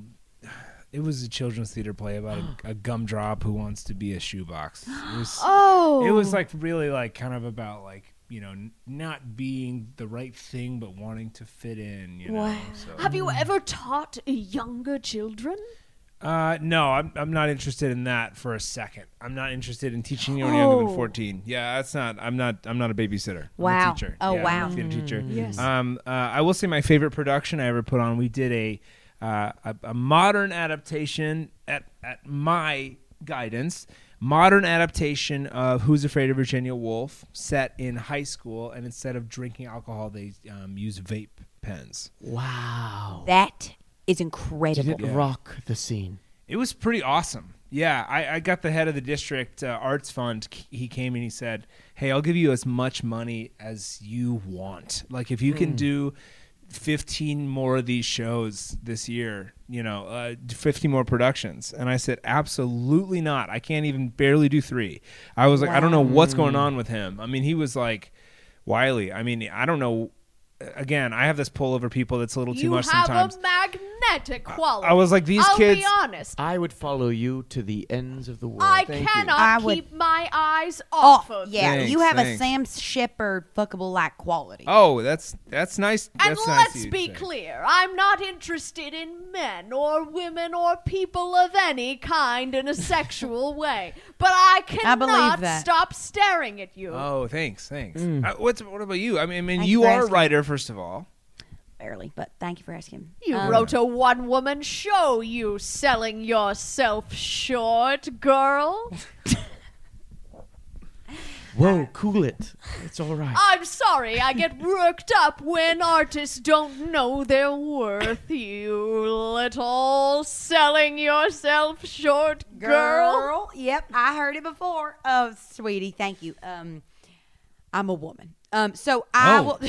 Speaker 5: it was a children's theater play about a, a gumdrop who wants to be a shoebox. It was,
Speaker 1: Oh,
Speaker 5: it was like really like kind of about like you know n- not being the right thing but wanting to fit in. You know. So.
Speaker 1: Have you ever taught younger children?
Speaker 5: Uh, no, I'm I'm not interested in that for a second. I'm not interested in teaching anyone younger
Speaker 1: Oh.
Speaker 5: than 14. Yeah, that's not. I'm not. I'm not a babysitter. I'm
Speaker 6: Wow.
Speaker 5: a teacher.
Speaker 6: Oh,
Speaker 5: Yeah,
Speaker 6: wow.
Speaker 5: I'm a theater teacher.
Speaker 1: Yes.
Speaker 5: Um, uh, I will say my favorite production I ever put on. We did a uh, a, a modern adaptation at at my guidance. Modern adaptation of Who's Afraid of Virginia Woolf, set in high school, and instead of drinking alcohol, they um, use vape pens.
Speaker 3: Wow.
Speaker 6: That is incredible.
Speaker 5: Yeah.
Speaker 3: Rock the scene.
Speaker 5: It was pretty awesome. Yeah, I, I got the head of the district uh, arts fund. C- He came and he said, "Hey, I'll give you as much money as you want. Like if you
Speaker 1: Hmm.
Speaker 5: can do 15 more of these shows this year, you know, uh, 50 more productions." And I said, "Absolutely not. I can't even barely do 3." I was like, "I don't know what's going on with him." I mean, he was like Wiley. I mean, I don't know Again, I have this pull over people that's a little too
Speaker 1: you
Speaker 5: much
Speaker 1: have
Speaker 5: sometimes.
Speaker 1: a magnetic that equality.
Speaker 5: I was like, these
Speaker 1: I'll
Speaker 5: kids- Oh,
Speaker 1: be honest.
Speaker 3: I would follow you to the ends of the world.
Speaker 1: I
Speaker 3: Thank you.
Speaker 1: cannot
Speaker 6: I would-
Speaker 1: keep my eyes
Speaker 6: Oh,
Speaker 1: off of
Speaker 6: yeah,
Speaker 5: Thanks,
Speaker 6: you have
Speaker 5: thanks.
Speaker 6: a Sam Shepard fuckable like quality.
Speaker 5: Oh, that's that's nice.
Speaker 1: And
Speaker 5: that's nice
Speaker 1: let's
Speaker 5: of you to
Speaker 1: be
Speaker 5: say.
Speaker 1: clear, I'm not interested in men or women or people of any kind in a sexual way. But I
Speaker 6: believe
Speaker 1: cannot
Speaker 6: that.
Speaker 1: stop staring at you.
Speaker 5: Oh, thanks, thanks. Uh, what's what about you? I mean, I mean,
Speaker 6: Thanks
Speaker 5: you
Speaker 6: for
Speaker 5: are a
Speaker 6: asking.
Speaker 5: writer, first of all.
Speaker 6: Barely, but thank you for asking.
Speaker 1: you
Speaker 6: Um,
Speaker 1: wrote a one woman show, you selling yourself short, girl.
Speaker 3: Whoa, cool it. It's all right.
Speaker 1: I'm sorry, I get worked up when artists don't know their worth, you little selling yourself short girl.
Speaker 6: Yep, I heard it before. Oh, sweetie, thank you. Um, I'm a woman. Um, so I
Speaker 5: Oh.
Speaker 6: will.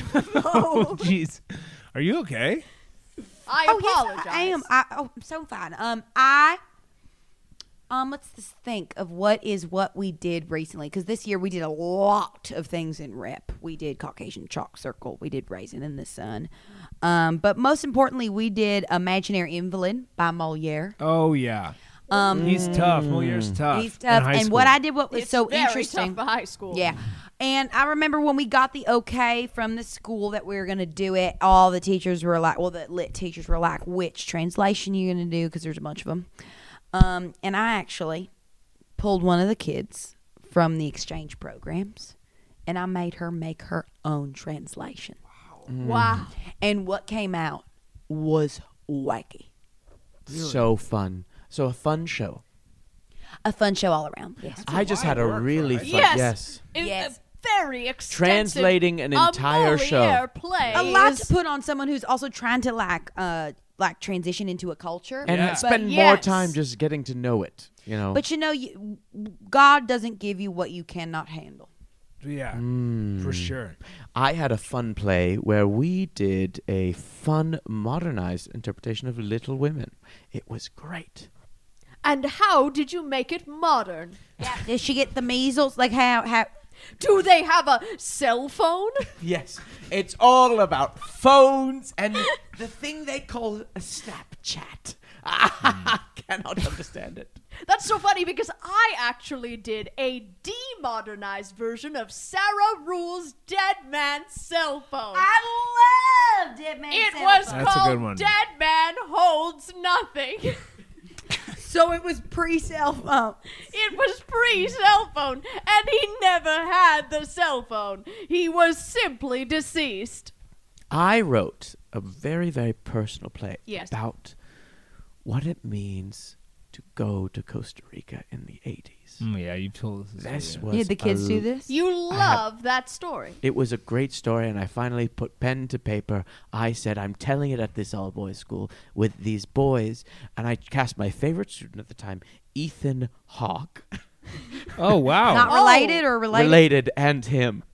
Speaker 5: Oh, jeez, are you okay?
Speaker 1: I
Speaker 6: Oh, yes,
Speaker 1: apologize.
Speaker 6: I am. I, oh, I'm so fine. Um, I. Um, let's just think of what is what we did recently because this year we did a lot of things in rep. We did Caucasian Chalk Circle. We did Raisin in the Sun. Um, but most importantly, we did Imaginary Invalid by Moliere.
Speaker 5: Oh yeah.
Speaker 6: Um,
Speaker 5: He's tough. Moliere's tough.
Speaker 6: He's tough.
Speaker 5: In high
Speaker 6: And what
Speaker 5: school.
Speaker 6: I did, what was
Speaker 1: It's
Speaker 6: so
Speaker 1: very
Speaker 6: interesting,
Speaker 1: tough for high school.
Speaker 6: yeah. And I remember when we got the okay from the school that we were going to do it, all the teachers were like, well, the lit teachers were like, which translation you going to do? Because there's a bunch of them. Um, and I actually pulled one of the kids from the exchange programs and I made her make her own translation.
Speaker 3: Mm.
Speaker 1: Wow.
Speaker 6: And what came out was wacky.
Speaker 3: so fun. So a fun show.
Speaker 6: A fun show all around. Yes.
Speaker 3: I just had a really fun.
Speaker 1: Yes.
Speaker 3: yes.
Speaker 1: It-
Speaker 6: Yes.
Speaker 1: A very extensive.
Speaker 3: Translating an
Speaker 1: a
Speaker 3: entire show.
Speaker 1: Moliere Play
Speaker 6: a lot to
Speaker 1: is-
Speaker 6: put on someone who's also trying to like uh like transition into a culture
Speaker 3: And
Speaker 5: Yeah.
Speaker 3: spend
Speaker 1: But
Speaker 3: more
Speaker 1: yes.
Speaker 3: time just getting to know it. You know.
Speaker 6: but you know you, god doesn't give you what you cannot handle
Speaker 5: Yeah, for sure.
Speaker 3: I had a fun play where we did a fun modernized interpretation of Little Women. It was great.
Speaker 1: And how did you make it modern?
Speaker 6: did she get the measles like how how
Speaker 1: Do they have a cell phone?
Speaker 3: Yes, it's all about phones and the thing they call a Snapchat. I cannot understand it.
Speaker 1: That's so funny because I actually did a demodernized version of Sarah Rule's Dead Man's Cell Phone.
Speaker 6: i loved it man
Speaker 1: it was
Speaker 5: That's a good one.
Speaker 1: called Dead Man Holds Nothing.
Speaker 6: so it was um, pre-cell phone
Speaker 1: It was pre cell phone, and he never had the cell phone. He was simply deceased.
Speaker 3: I wrote a very, very personal play
Speaker 1: Yes.
Speaker 3: about what it means to go to Costa Rica in the 80s.
Speaker 5: Mm, yeah, you told us.
Speaker 3: This
Speaker 5: earlier.
Speaker 3: was
Speaker 6: did the kids
Speaker 3: a
Speaker 6: do this
Speaker 1: You
Speaker 3: have-
Speaker 1: love that story.
Speaker 3: It was a great story, and I finally put pen to paper. I said, I'm telling it at this all boys school with these boys. And I cast my favorite student at the time, Ethan Hawke,
Speaker 5: Oh wow.
Speaker 6: not
Speaker 1: Oh.
Speaker 6: related or related,
Speaker 3: related, and him.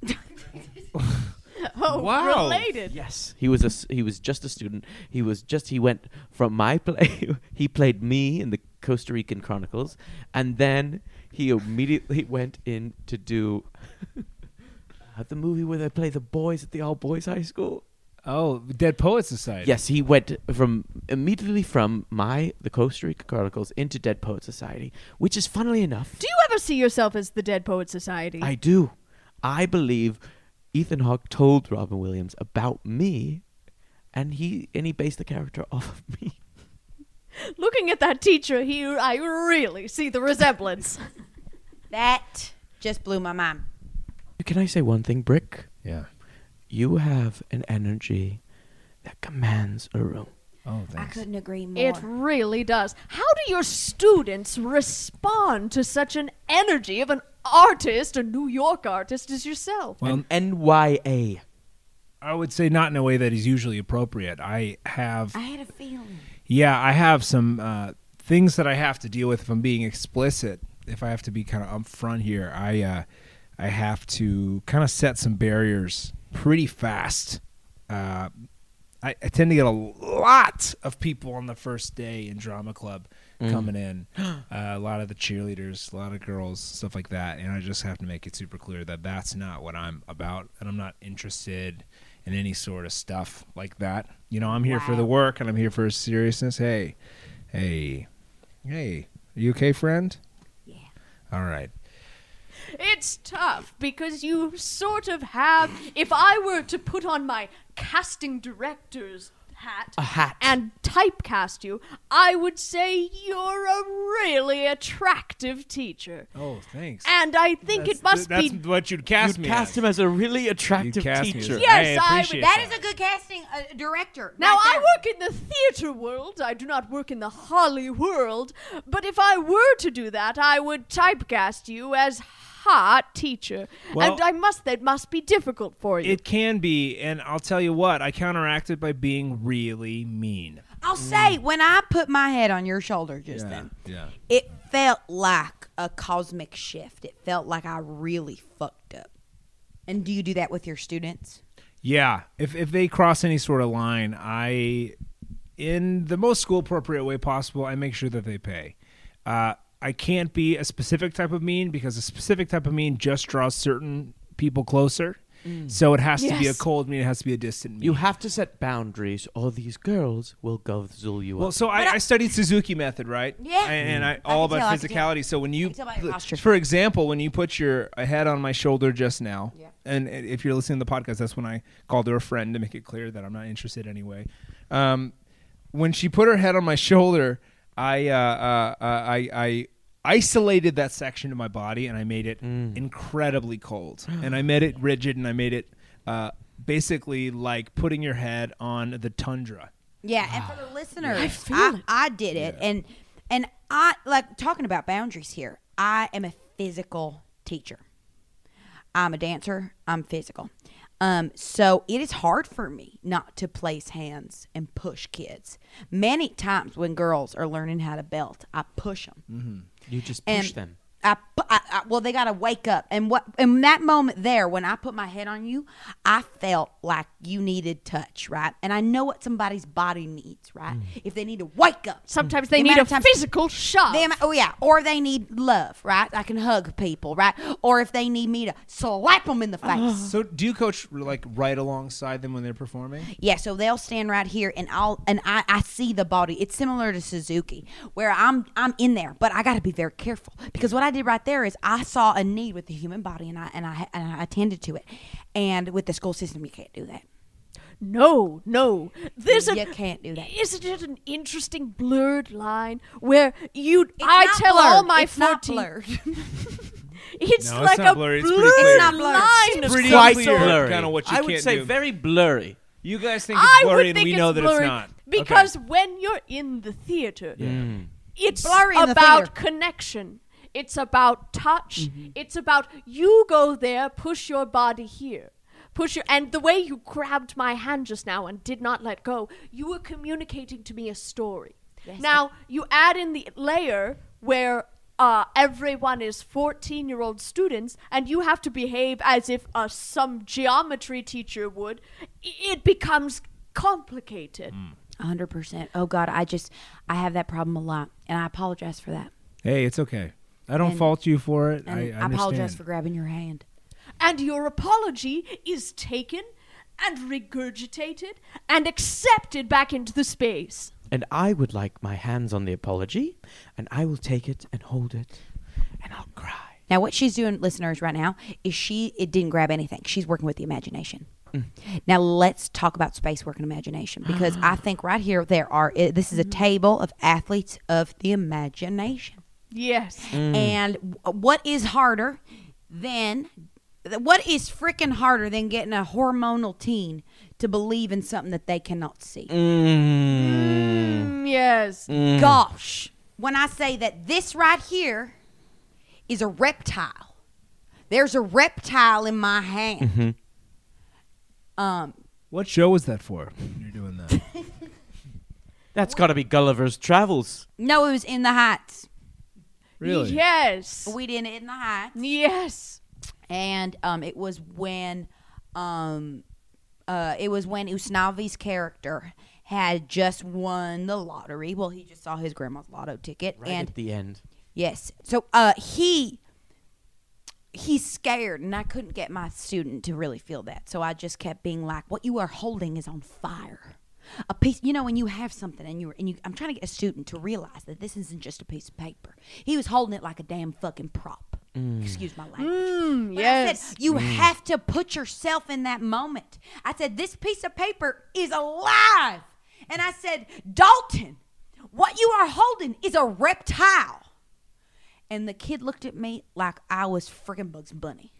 Speaker 1: Oh,
Speaker 5: Wow.
Speaker 1: related.
Speaker 3: Yes, he was a s- he was just a student. He was just he went from my play. he played me in the Costa Rican Chronicles, and then he immediately went in to do the movie where they play the boys at the all boys high school.
Speaker 5: oh, Dead Poet Society.
Speaker 3: Yes, he went from immediately from my the Costa Rica Chronicles into Dead Poet Society, which is funnily enough,
Speaker 1: Do you ever see yourself as the Dead Poet Society?
Speaker 3: I do. I believe Ethan Hawke told Robin Williams about me, and he and he based the character off of me.
Speaker 1: Looking at that teacher here, I really see the resemblance.
Speaker 6: that just blew my mind
Speaker 3: Can I say one thing, Brick?
Speaker 5: Yeah.
Speaker 3: You have an energy that commands a room.
Speaker 5: Oh,
Speaker 6: i
Speaker 5: thanks.
Speaker 6: couldn't agree more
Speaker 1: it really does. How do your students respond to such an energy of an artist, a New York artist as yourself?
Speaker 5: Well,
Speaker 3: An NYA.
Speaker 5: I would say not in a way that is usually appropriate. I have
Speaker 6: i had a feeling
Speaker 5: Yeah, I have some uh, things that I have to deal with if I'm being explicit. If I have to be kind of upfront here, I uh, I have to kind of set some barriers pretty fast. Uh, I, I tend to get a lot of people on the first day in drama club coming in. Uh, a lot of the cheerleaders, a lot of girls, stuff like that. And I just have to make it super clear that that's not what I'm about, and I'm not interested and any sort of stuff like that. You know, I'm here for the work and I'm here for seriousness. Hey, hey, hey, are you okay, friend? Yeah. All right.
Speaker 1: It's tough because you sort of have. If I were to put on my casting director's hat,
Speaker 3: A
Speaker 5: Ah.
Speaker 3: hat.
Speaker 1: and typecast you, I would say you're a really attractive teacher.
Speaker 5: Oh, thanks.
Speaker 1: And I think it must
Speaker 5: that's
Speaker 1: be.
Speaker 5: what you'd cast
Speaker 3: You'd
Speaker 5: me
Speaker 3: cast
Speaker 5: as.
Speaker 3: him as a really attractive
Speaker 5: cast me as-
Speaker 3: teacher.
Speaker 5: Yeah.
Speaker 1: Yes,
Speaker 5: I
Speaker 1: I,
Speaker 5: appreciate
Speaker 1: would.
Speaker 5: that.
Speaker 6: That is a good casting uh, director.
Speaker 1: Now,
Speaker 6: right
Speaker 1: I
Speaker 6: there.
Speaker 1: work in the theater world. I do not work in the Holly world. But if I were to do that, I would typecast you as hot teacher.
Speaker 5: Well-
Speaker 1: and I must, that must be difficult for you.
Speaker 5: It can be, and I'll tell you what, I counteract it by being really mean.
Speaker 6: I'll say when I put my head on your shoulder just then,
Speaker 5: Mm. yeah.
Speaker 6: it felt like a cosmic shift. It felt like I really fucked up. And do you do that with your students?
Speaker 5: Yeah, if if they cross any sort of line, I, in the most school appropriate way possible, I make sure that they pay. Uh, I can't be a specific type of mean because a specific type of mean just draws certain people closer. So it has to be a
Speaker 1: Yes.
Speaker 5: cold mean. It has to be a distant mean.
Speaker 3: You have to set boundaries, or these girls will guzzle you
Speaker 5: Well,
Speaker 3: up. Mm.
Speaker 5: so I, I studied Suzuki method, right?
Speaker 6: Yeah.
Speaker 5: And, and I
Speaker 6: I
Speaker 5: all
Speaker 6: can
Speaker 5: about
Speaker 6: tell, I can tell.
Speaker 5: physicality. So when you,
Speaker 6: can tell by your posture.
Speaker 5: for example, when you put your a head on my shoulder just now,
Speaker 6: Yeah.
Speaker 5: and i- if you're listening to the podcast, that's when I called her a friend to make it clear that I'm not interested anyway. Um, when she put her head on my shoulder, I, uh, uh, uh, I, I isolated that section of my body and I made it
Speaker 3: Mm.
Speaker 5: incredibly cold, and I made it rigid, and I made it uh, basically like putting your head on the tundra.
Speaker 6: Yeah, and for the listeners, I,
Speaker 1: feel
Speaker 6: I,
Speaker 1: it.
Speaker 6: did it, and and I like talking about boundaries here. I am a physical teacher. I'm a dancer. I'm physical. Um, so it is hard for me not to place hands and push kids. Many times when girls are learning how to belt, I push them.
Speaker 3: you just
Speaker 6: And
Speaker 3: push them.
Speaker 6: I, pu- I, I well, they gotta wake up, and what in that moment there when I put my head on you, I felt like you needed touch, right? And I know what somebody's body needs, right? If they need to wake up,
Speaker 1: Sometimes
Speaker 6: The
Speaker 1: they need
Speaker 6: amount
Speaker 1: a
Speaker 6: of times-
Speaker 1: physical shove.
Speaker 6: they am- oh yeah, or they need love, right? I can hug people, right? Or if they need me to slap them in the face,
Speaker 5: So do you coach like right alongside them when they're performing?
Speaker 6: yeah. So they'll stand right here, and I'll and I, I see the body. It's similar to Suzuki, where I'm I'm in there, but I gotta be very careful because what I did right there is I saw a need with the human body, and I and I and I attended to it. And with the school system, you can't do that.
Speaker 1: No, no. There's a
Speaker 6: You can't do that.
Speaker 1: Isn't it an interesting blurred line where you?
Speaker 6: It's
Speaker 1: I
Speaker 6: not
Speaker 1: tell all
Speaker 6: blurred.
Speaker 1: my
Speaker 6: It's not
Speaker 1: fourteen.
Speaker 6: blurred.
Speaker 1: It's
Speaker 5: No, it's
Speaker 1: like
Speaker 5: not
Speaker 1: a
Speaker 5: blurry,
Speaker 1: blurred
Speaker 5: it's pretty clear. It's
Speaker 6: not blurred.
Speaker 1: line of
Speaker 5: Pretty
Speaker 1: some
Speaker 5: Quite
Speaker 1: sort.
Speaker 5: clear. blurry. kinda what you
Speaker 3: I would
Speaker 5: can't
Speaker 3: say
Speaker 5: do.
Speaker 3: very blurry.
Speaker 5: You guys think
Speaker 1: I
Speaker 5: it's
Speaker 1: would
Speaker 5: blurry,
Speaker 1: think
Speaker 5: and we
Speaker 1: it's
Speaker 5: know that it's
Speaker 1: blurry
Speaker 5: not
Speaker 1: because when you're in the theater, it's
Speaker 6: Blurry in the
Speaker 1: about
Speaker 6: theater.
Speaker 1: connection. It's about touch.
Speaker 6: Mm-hmm.
Speaker 1: It's about you go there, push your body here. Push your and the way you grabbed my hand just now and did not let go, you were communicating to me a story. Now you add in the layer where uh, everyone is 14 year old students and you have to behave as if uh, some geometry teacher would, i- it becomes complicated.
Speaker 6: hundred percent. Oh God, I just I have that problem a lot, and I apologize for that.
Speaker 5: hey, it's okay. I don't
Speaker 6: And-
Speaker 5: fault you for it. I,
Speaker 6: And I,
Speaker 5: understand.
Speaker 6: apologize for grabbing your hand.
Speaker 1: and your apology is taken and regurgitated and accepted back into the space.
Speaker 3: And I would like my hands on the apology, and I will take it and hold it, and I'll cry.
Speaker 6: Now, what she's doing, listeners, right now is she it didn't grab anything. She's working with the imagination. Now, let's talk about space work and imagination because I think right here there are i- this is a table of athletes of the imagination.
Speaker 1: Yes.
Speaker 6: Mm. And w- uh, what is harder than th- what is freaking harder than getting a hormonal teen to believe in something that they cannot see?
Speaker 1: Mm, yes.
Speaker 6: gosh when I say that this right here is a reptile. There's a reptile in my hand. Um,
Speaker 5: What show was that for? when You're doing that.
Speaker 3: That's got to be Gulliver's Travels.
Speaker 6: no, it was in the heights.
Speaker 5: really?
Speaker 1: Yes.
Speaker 6: We did it in the heights,
Speaker 1: Yes.
Speaker 6: and um, it was when, um, uh, it was when Usnavi's character had just won the lottery. Well, he just saw his grandma's lotto ticket,
Speaker 3: Right
Speaker 6: and
Speaker 3: at the end.
Speaker 6: Yes. So uh he he's scared, and I couldn't get my student to really feel that. So I just kept being like, "What you are holding is on fire." A piece, you know, when you have something, and you and you, I'm trying to get a student to realize that this isn't just a piece of paper. He was holding it like a damn fucking prop. Excuse my language. But I
Speaker 1: Mm, yes.
Speaker 6: said, you
Speaker 5: Mm.
Speaker 6: have to put yourself in that moment. I said, this piece of paper is alive. And I said, Dalton, what you are holding is a reptile. And the kid looked at me like I was freaking Bugs Bunny.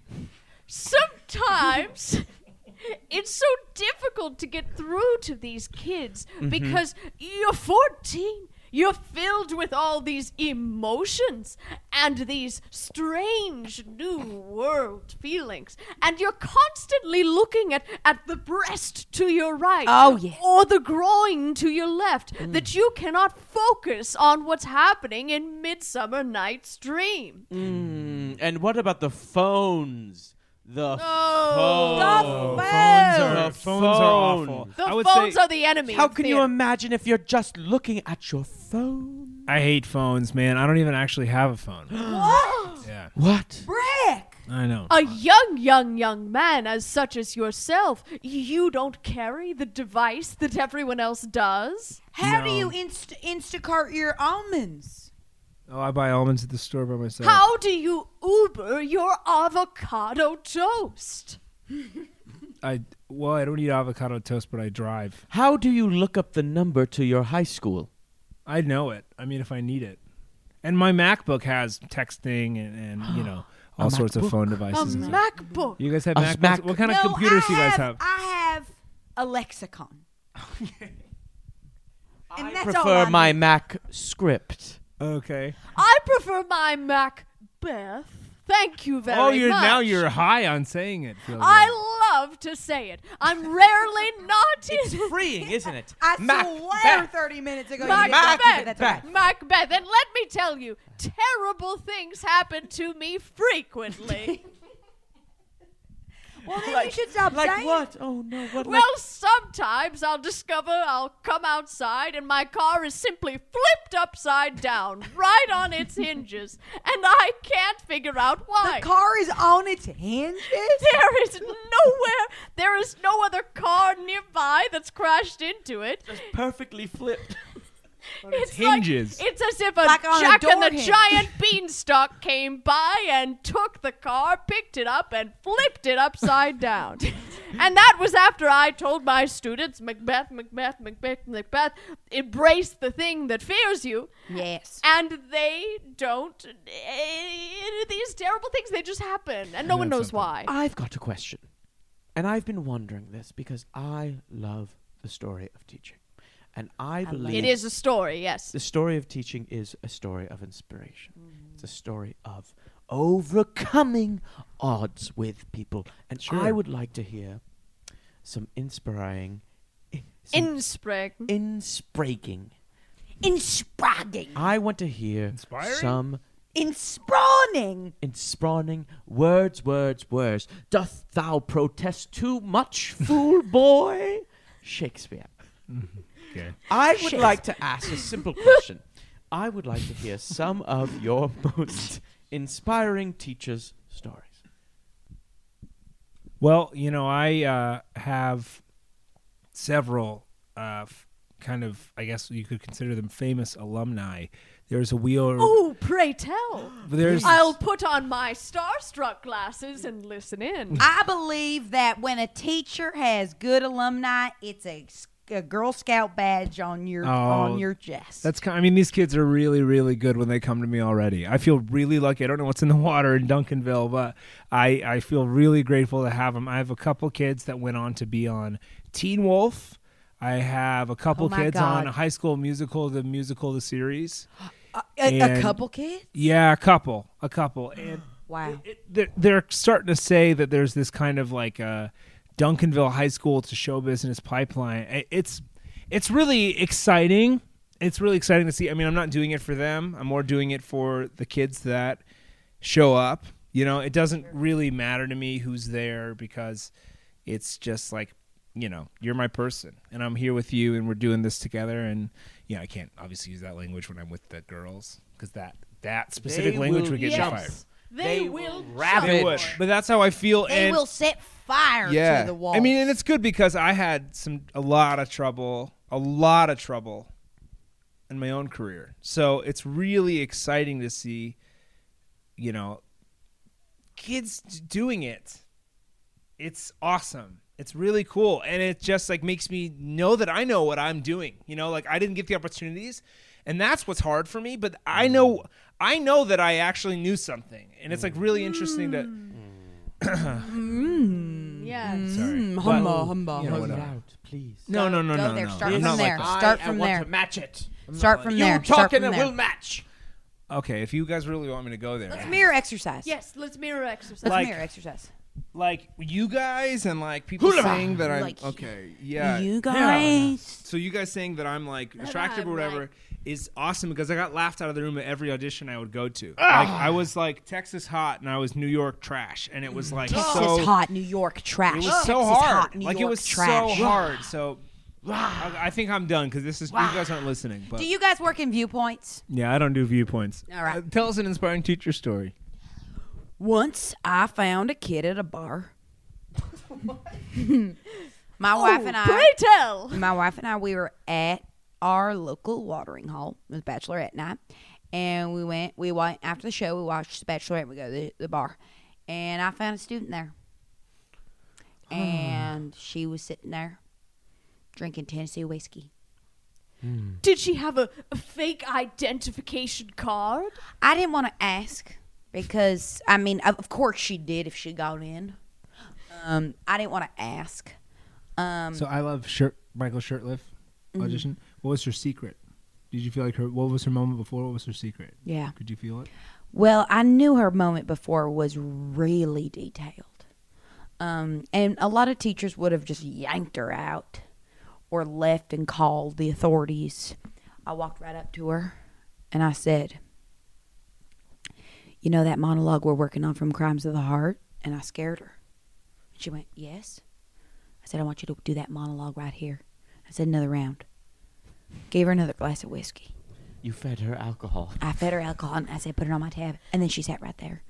Speaker 1: sometimes it's so difficult to get through to these kids because you're 14. You're filled with all these emotions and these strange new world feelings. And you're constantly looking at, at the breast to your right.
Speaker 6: Oh, yes.
Speaker 1: Or the groin to your left. That you cannot focus on what's happening in Midsummer Night's Dream.
Speaker 3: Mm, and what about the phones? The
Speaker 6: Oh,
Speaker 1: No.
Speaker 5: Oh.
Speaker 1: The
Speaker 3: phones.
Speaker 5: Phones
Speaker 1: Oh,
Speaker 5: are,
Speaker 3: the
Speaker 5: phones are
Speaker 3: phone.
Speaker 5: awful.
Speaker 1: The
Speaker 5: I would
Speaker 1: phones
Speaker 5: say,
Speaker 1: are the enemy.
Speaker 3: How
Speaker 1: of
Speaker 3: can
Speaker 1: theater.
Speaker 3: you imagine if you're just looking at your phone?
Speaker 5: I hate phones, man. I don't even actually have a phone.
Speaker 6: What?
Speaker 5: yeah,
Speaker 3: What?
Speaker 6: Brick!
Speaker 5: I know.
Speaker 1: A young, young, young man, as such as yourself, you don't carry the device that everyone else does.
Speaker 6: How do
Speaker 5: No.
Speaker 6: you inst- Instacart your almonds?
Speaker 5: oh, I buy almonds at the store by myself.
Speaker 1: How do you Uber your avocado toast?
Speaker 5: I well, I don't eat avocado toast, but I drive.
Speaker 3: How do you look up the number to your high school?
Speaker 5: I know it. I mean, if I need it, and my MacBook has texting and, and you know all sorts of phone
Speaker 1: A
Speaker 5: devices. and stuff.
Speaker 1: MacBook.
Speaker 5: you guys have
Speaker 3: A
Speaker 5: MacBooks?
Speaker 3: Mac-
Speaker 5: What kind
Speaker 6: No,
Speaker 5: of computers
Speaker 6: I
Speaker 5: do you guys have?
Speaker 6: I have a lexicon. and that's all
Speaker 3: Prefer
Speaker 6: I
Speaker 3: my
Speaker 6: need.
Speaker 3: Mac script.
Speaker 5: Okay.
Speaker 1: I prefer my Macbeth. Thank you very
Speaker 5: oh, you're
Speaker 1: much.
Speaker 5: now you're high on saying it. feels like.
Speaker 1: I love to say it. I'm rarely not in it.
Speaker 3: Freeing, isn't it?
Speaker 6: I
Speaker 3: Mac
Speaker 6: swear 30 minutes ago you didn't like me,
Speaker 1: Macbeth,
Speaker 6: but that's all right.
Speaker 1: Macbeth, and let me tell you, terrible things happen to me frequently.
Speaker 6: Well, then you should stop
Speaker 3: Like
Speaker 6: saying
Speaker 3: what? Oh no! What?
Speaker 1: Well, sometimes I'll discover I'll come outside and my car is simply flipped upside down, right on its hinges, and I can't figure out why.
Speaker 6: The car is on its hinges.
Speaker 1: there is nowhere, there is no other car nearby that's crashed into it.
Speaker 3: like perfectly flipped.
Speaker 1: It's,
Speaker 5: hinges.
Speaker 1: Like, it's as if a
Speaker 6: Like on a
Speaker 1: jack and
Speaker 6: door
Speaker 1: the
Speaker 6: hinge.
Speaker 1: giant beanstalk came by and took the car, picked it up, and flipped it upside down. and that was after I told my students, Macbeth, Macbeth, Macbeth, Macbeth, embrace the thing that fears you.
Speaker 6: Yes.
Speaker 1: And they don't. eh, these terrible things, they just happen. And no one knows
Speaker 5: something.
Speaker 1: why.
Speaker 3: I've got a question. And I've been wondering this because I love the story of teaching. And I believe
Speaker 1: It is a story, yes.
Speaker 3: the story of teaching is a story of inspiration.
Speaker 1: Mm-hmm.
Speaker 3: It's a story of overcoming odds with people. And I would like to hear some inspiring i- some
Speaker 1: Inspring.
Speaker 3: inspiraking.
Speaker 6: Inspragging.
Speaker 3: I want to hear
Speaker 5: Inspiring?
Speaker 3: some
Speaker 6: Insprawning.
Speaker 3: insprawning words, words, words. Doth thou protest too much, fool boy? Shakespeare.
Speaker 5: Okay.
Speaker 3: I would like to ask a simple question. I would like to hear some of your most inspiring teachers' stories.
Speaker 5: Well, you know, I uh, have several uh, f- kind of, I guess you could consider them famous alumni. There's a wheel.
Speaker 1: Oh, pray tell.
Speaker 5: there's
Speaker 1: I'll put on my starstruck glasses and listen in.
Speaker 6: I believe that when a teacher has good alumni, it's a, s- a Girl Scout badge on your
Speaker 5: Oh,
Speaker 6: on your chest.
Speaker 5: That's kind. I mean, these kids are really, really good when they come to me already. I feel really lucky. I don't know what's in the water in Duncanville, but I I feel really grateful to have them. I have a couple kids that went on to be on Teen Wolf. I have a couple
Speaker 6: Oh my
Speaker 5: kids on
Speaker 6: God.
Speaker 5: High School Musical, the musical, the series.
Speaker 6: a, a
Speaker 5: and-
Speaker 6: couple kids.
Speaker 5: Yeah, a couple, a couple, and
Speaker 6: Wow.
Speaker 5: it, they're, they're starting to say that there's this kind of like uh Duncanville High School to show business pipeline. I- It's it's really exciting. It's really exciting to see. I mean, I'm not doing it for them. I'm more doing it for the kids that show up. You know, it doesn't really matter to me who's there because it's just like, you know, you're my person and I'm here with you and we're doing this together and yeah, I can't obviously use that language when I'm with the girls cuz that that specific
Speaker 3: They
Speaker 5: language
Speaker 3: will
Speaker 5: would get you
Speaker 1: Yes.
Speaker 5: fired.
Speaker 1: They,
Speaker 3: They
Speaker 1: will
Speaker 3: ravage.
Speaker 5: They would. But that's how I feel.
Speaker 6: They
Speaker 5: and
Speaker 6: will set fire
Speaker 2: Yeah.
Speaker 6: to the wall.
Speaker 5: I mean, and it's good because I had some a lot of trouble, a lot of trouble in my own career. So it's really exciting to see, you know, kids d- doing it. It's awesome. It's really cool, and it just like makes me know that I know what I'm doing. You know, like I didn't get the opportunities, and that's what's hard for me. But I know, I know that I actually knew something, and it's like really interesting
Speaker 6: Mm.
Speaker 5: to.
Speaker 1: Yeah.
Speaker 5: Sorry.
Speaker 6: humba,
Speaker 5: But-
Speaker 6: humba,
Speaker 5: you know,
Speaker 6: humba.
Speaker 5: whatever.
Speaker 3: please.
Speaker 5: No, no, no,
Speaker 6: Mm. Go
Speaker 5: no,
Speaker 6: there.
Speaker 5: no.
Speaker 6: Start
Speaker 5: I'm
Speaker 6: from
Speaker 5: not
Speaker 6: there.
Speaker 5: like that.
Speaker 6: Start
Speaker 3: I
Speaker 6: from
Speaker 3: want
Speaker 6: there.
Speaker 3: to match it. I'm
Speaker 6: Start
Speaker 3: not
Speaker 6: from
Speaker 3: like-
Speaker 6: there.
Speaker 3: You
Speaker 6: Start
Speaker 3: talking
Speaker 6: from
Speaker 3: and
Speaker 6: there.
Speaker 3: we'll match.
Speaker 5: Okay, if you guys really want me to go there,
Speaker 6: Let's mirror exercise.
Speaker 1: Yes, let's mirror exercise.
Speaker 6: Let's
Speaker 5: Like-
Speaker 6: mirror exercise.
Speaker 5: like you guys and like people
Speaker 3: Hula.
Speaker 5: saying that I'm
Speaker 6: Like you.
Speaker 5: okay, yeah.
Speaker 6: You guys.
Speaker 5: So you guys saying that I'm like attractive
Speaker 1: I'm
Speaker 5: or whatever
Speaker 1: like-
Speaker 5: is awesome because I got laughed out of the room at every audition I would go to.
Speaker 6: Ah!
Speaker 5: Like I was like Texas hot and I was New York trash, and it was like
Speaker 6: Texas
Speaker 5: so
Speaker 6: hot, New York trash.
Speaker 5: It was
Speaker 6: Texas
Speaker 5: so hard.
Speaker 6: hot, New
Speaker 5: like it
Speaker 6: York
Speaker 5: was
Speaker 6: trash.
Speaker 5: so hard. So I, I think I'm done because this is you guys aren't listening. But
Speaker 6: Do you guys work in viewpoints?
Speaker 5: yeah, I don't do viewpoints.
Speaker 6: All right.
Speaker 5: Uh, tell us an inspiring teacher story.
Speaker 6: Once I found a kid at a bar. My wife
Speaker 5: oh,
Speaker 6: and I.
Speaker 1: Oh, Pray tell.
Speaker 6: my wife and I, we were at our local watering hole. It was Bachelorette night, and we went. We went after the show. We watched the Bachelorette. We go to the, the bar, and I found a student there, and she was sitting there drinking Tennessee whiskey.
Speaker 1: Did she have a, a fake identification card?
Speaker 6: I didn't want to ask because I mean, of of course she did if she got in. Um, I didn't want to ask. Um,
Speaker 5: So I love shirt Michael Shirtliff audition. What was her secret? Did you feel like her? What was her moment before? What was her secret?
Speaker 6: yeah.
Speaker 5: Could you feel it?
Speaker 6: Well, I knew her moment before was really detailed. Um, and a lot of teachers would have just yanked her out or left and called the authorities. I walked right up to her and I said, You know that monologue we're working on from Crimes of the Heart? And I scared her. And she went, Yes. I said, I want you to do that monologue right here. I said, Another round. Gave her another glass of whiskey.
Speaker 3: You fed her alcohol.
Speaker 6: I fed her alcohol and I said, put it on my tab. And then she sat right there.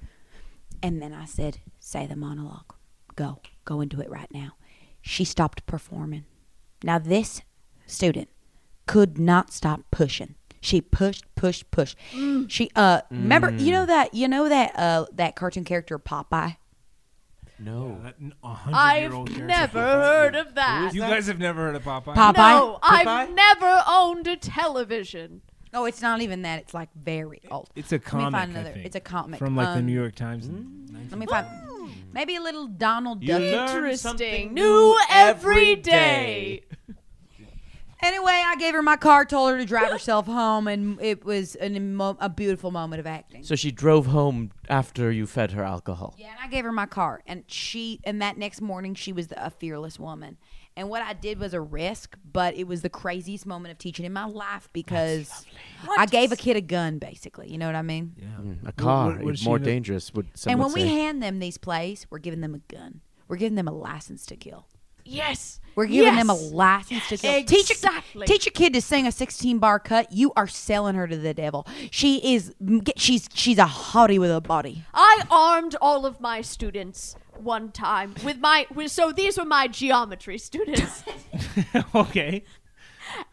Speaker 6: And then I said, say the monologue. Go. Go into it right now. She stopped performing. Now, this student could not stop pushing. She pushed, pushed, pushed. She, uh, remember, you know that, you know that, uh, that cartoon character Popeye?
Speaker 3: No.
Speaker 1: I've never heard of that.
Speaker 5: You guys have never heard of Popeye?
Speaker 6: Popeye?
Speaker 1: No, I've never owned a television.
Speaker 6: Oh, it's not even that. It's like very old.
Speaker 5: It's a
Speaker 6: Let
Speaker 5: comic.
Speaker 6: me find
Speaker 5: I
Speaker 6: another.
Speaker 5: think,
Speaker 6: It's a comic.
Speaker 5: from like the
Speaker 6: Um,
Speaker 5: New York Times.
Speaker 6: Let me find. Maybe a little Donald Duck.
Speaker 1: Interesting. New every day.
Speaker 6: Anyway, I gave her my car, told her to drive herself home, and it was an, emo- a beautiful moment of acting.
Speaker 3: So she drove home after you fed her alcohol.
Speaker 6: yeah, and I gave her my car, and she and that next morning she was the, a fearless woman. And what I did was a risk, but it was the craziest moment of teaching in my life because I gave a kid a gun, basically. You know what I mean?
Speaker 3: Mm, A car,
Speaker 5: what- what
Speaker 3: is
Speaker 5: she
Speaker 3: more
Speaker 5: kno-
Speaker 3: dangerous. Would some
Speaker 6: and when
Speaker 3: would
Speaker 6: we
Speaker 3: say.
Speaker 6: hand them these plays, we're giving them a gun. We're giving them a license to kill.
Speaker 1: Yes.
Speaker 6: We're giving
Speaker 1: yes.
Speaker 6: them a license to kill.
Speaker 1: Exactly.
Speaker 6: Teach, a, teach a kid to sing a 16 bar cut. You are selling her to the devil. She is. get- She's she's a hottie with a body.
Speaker 1: I armed all of my students one time with my with, so these were my geometry students
Speaker 5: okay.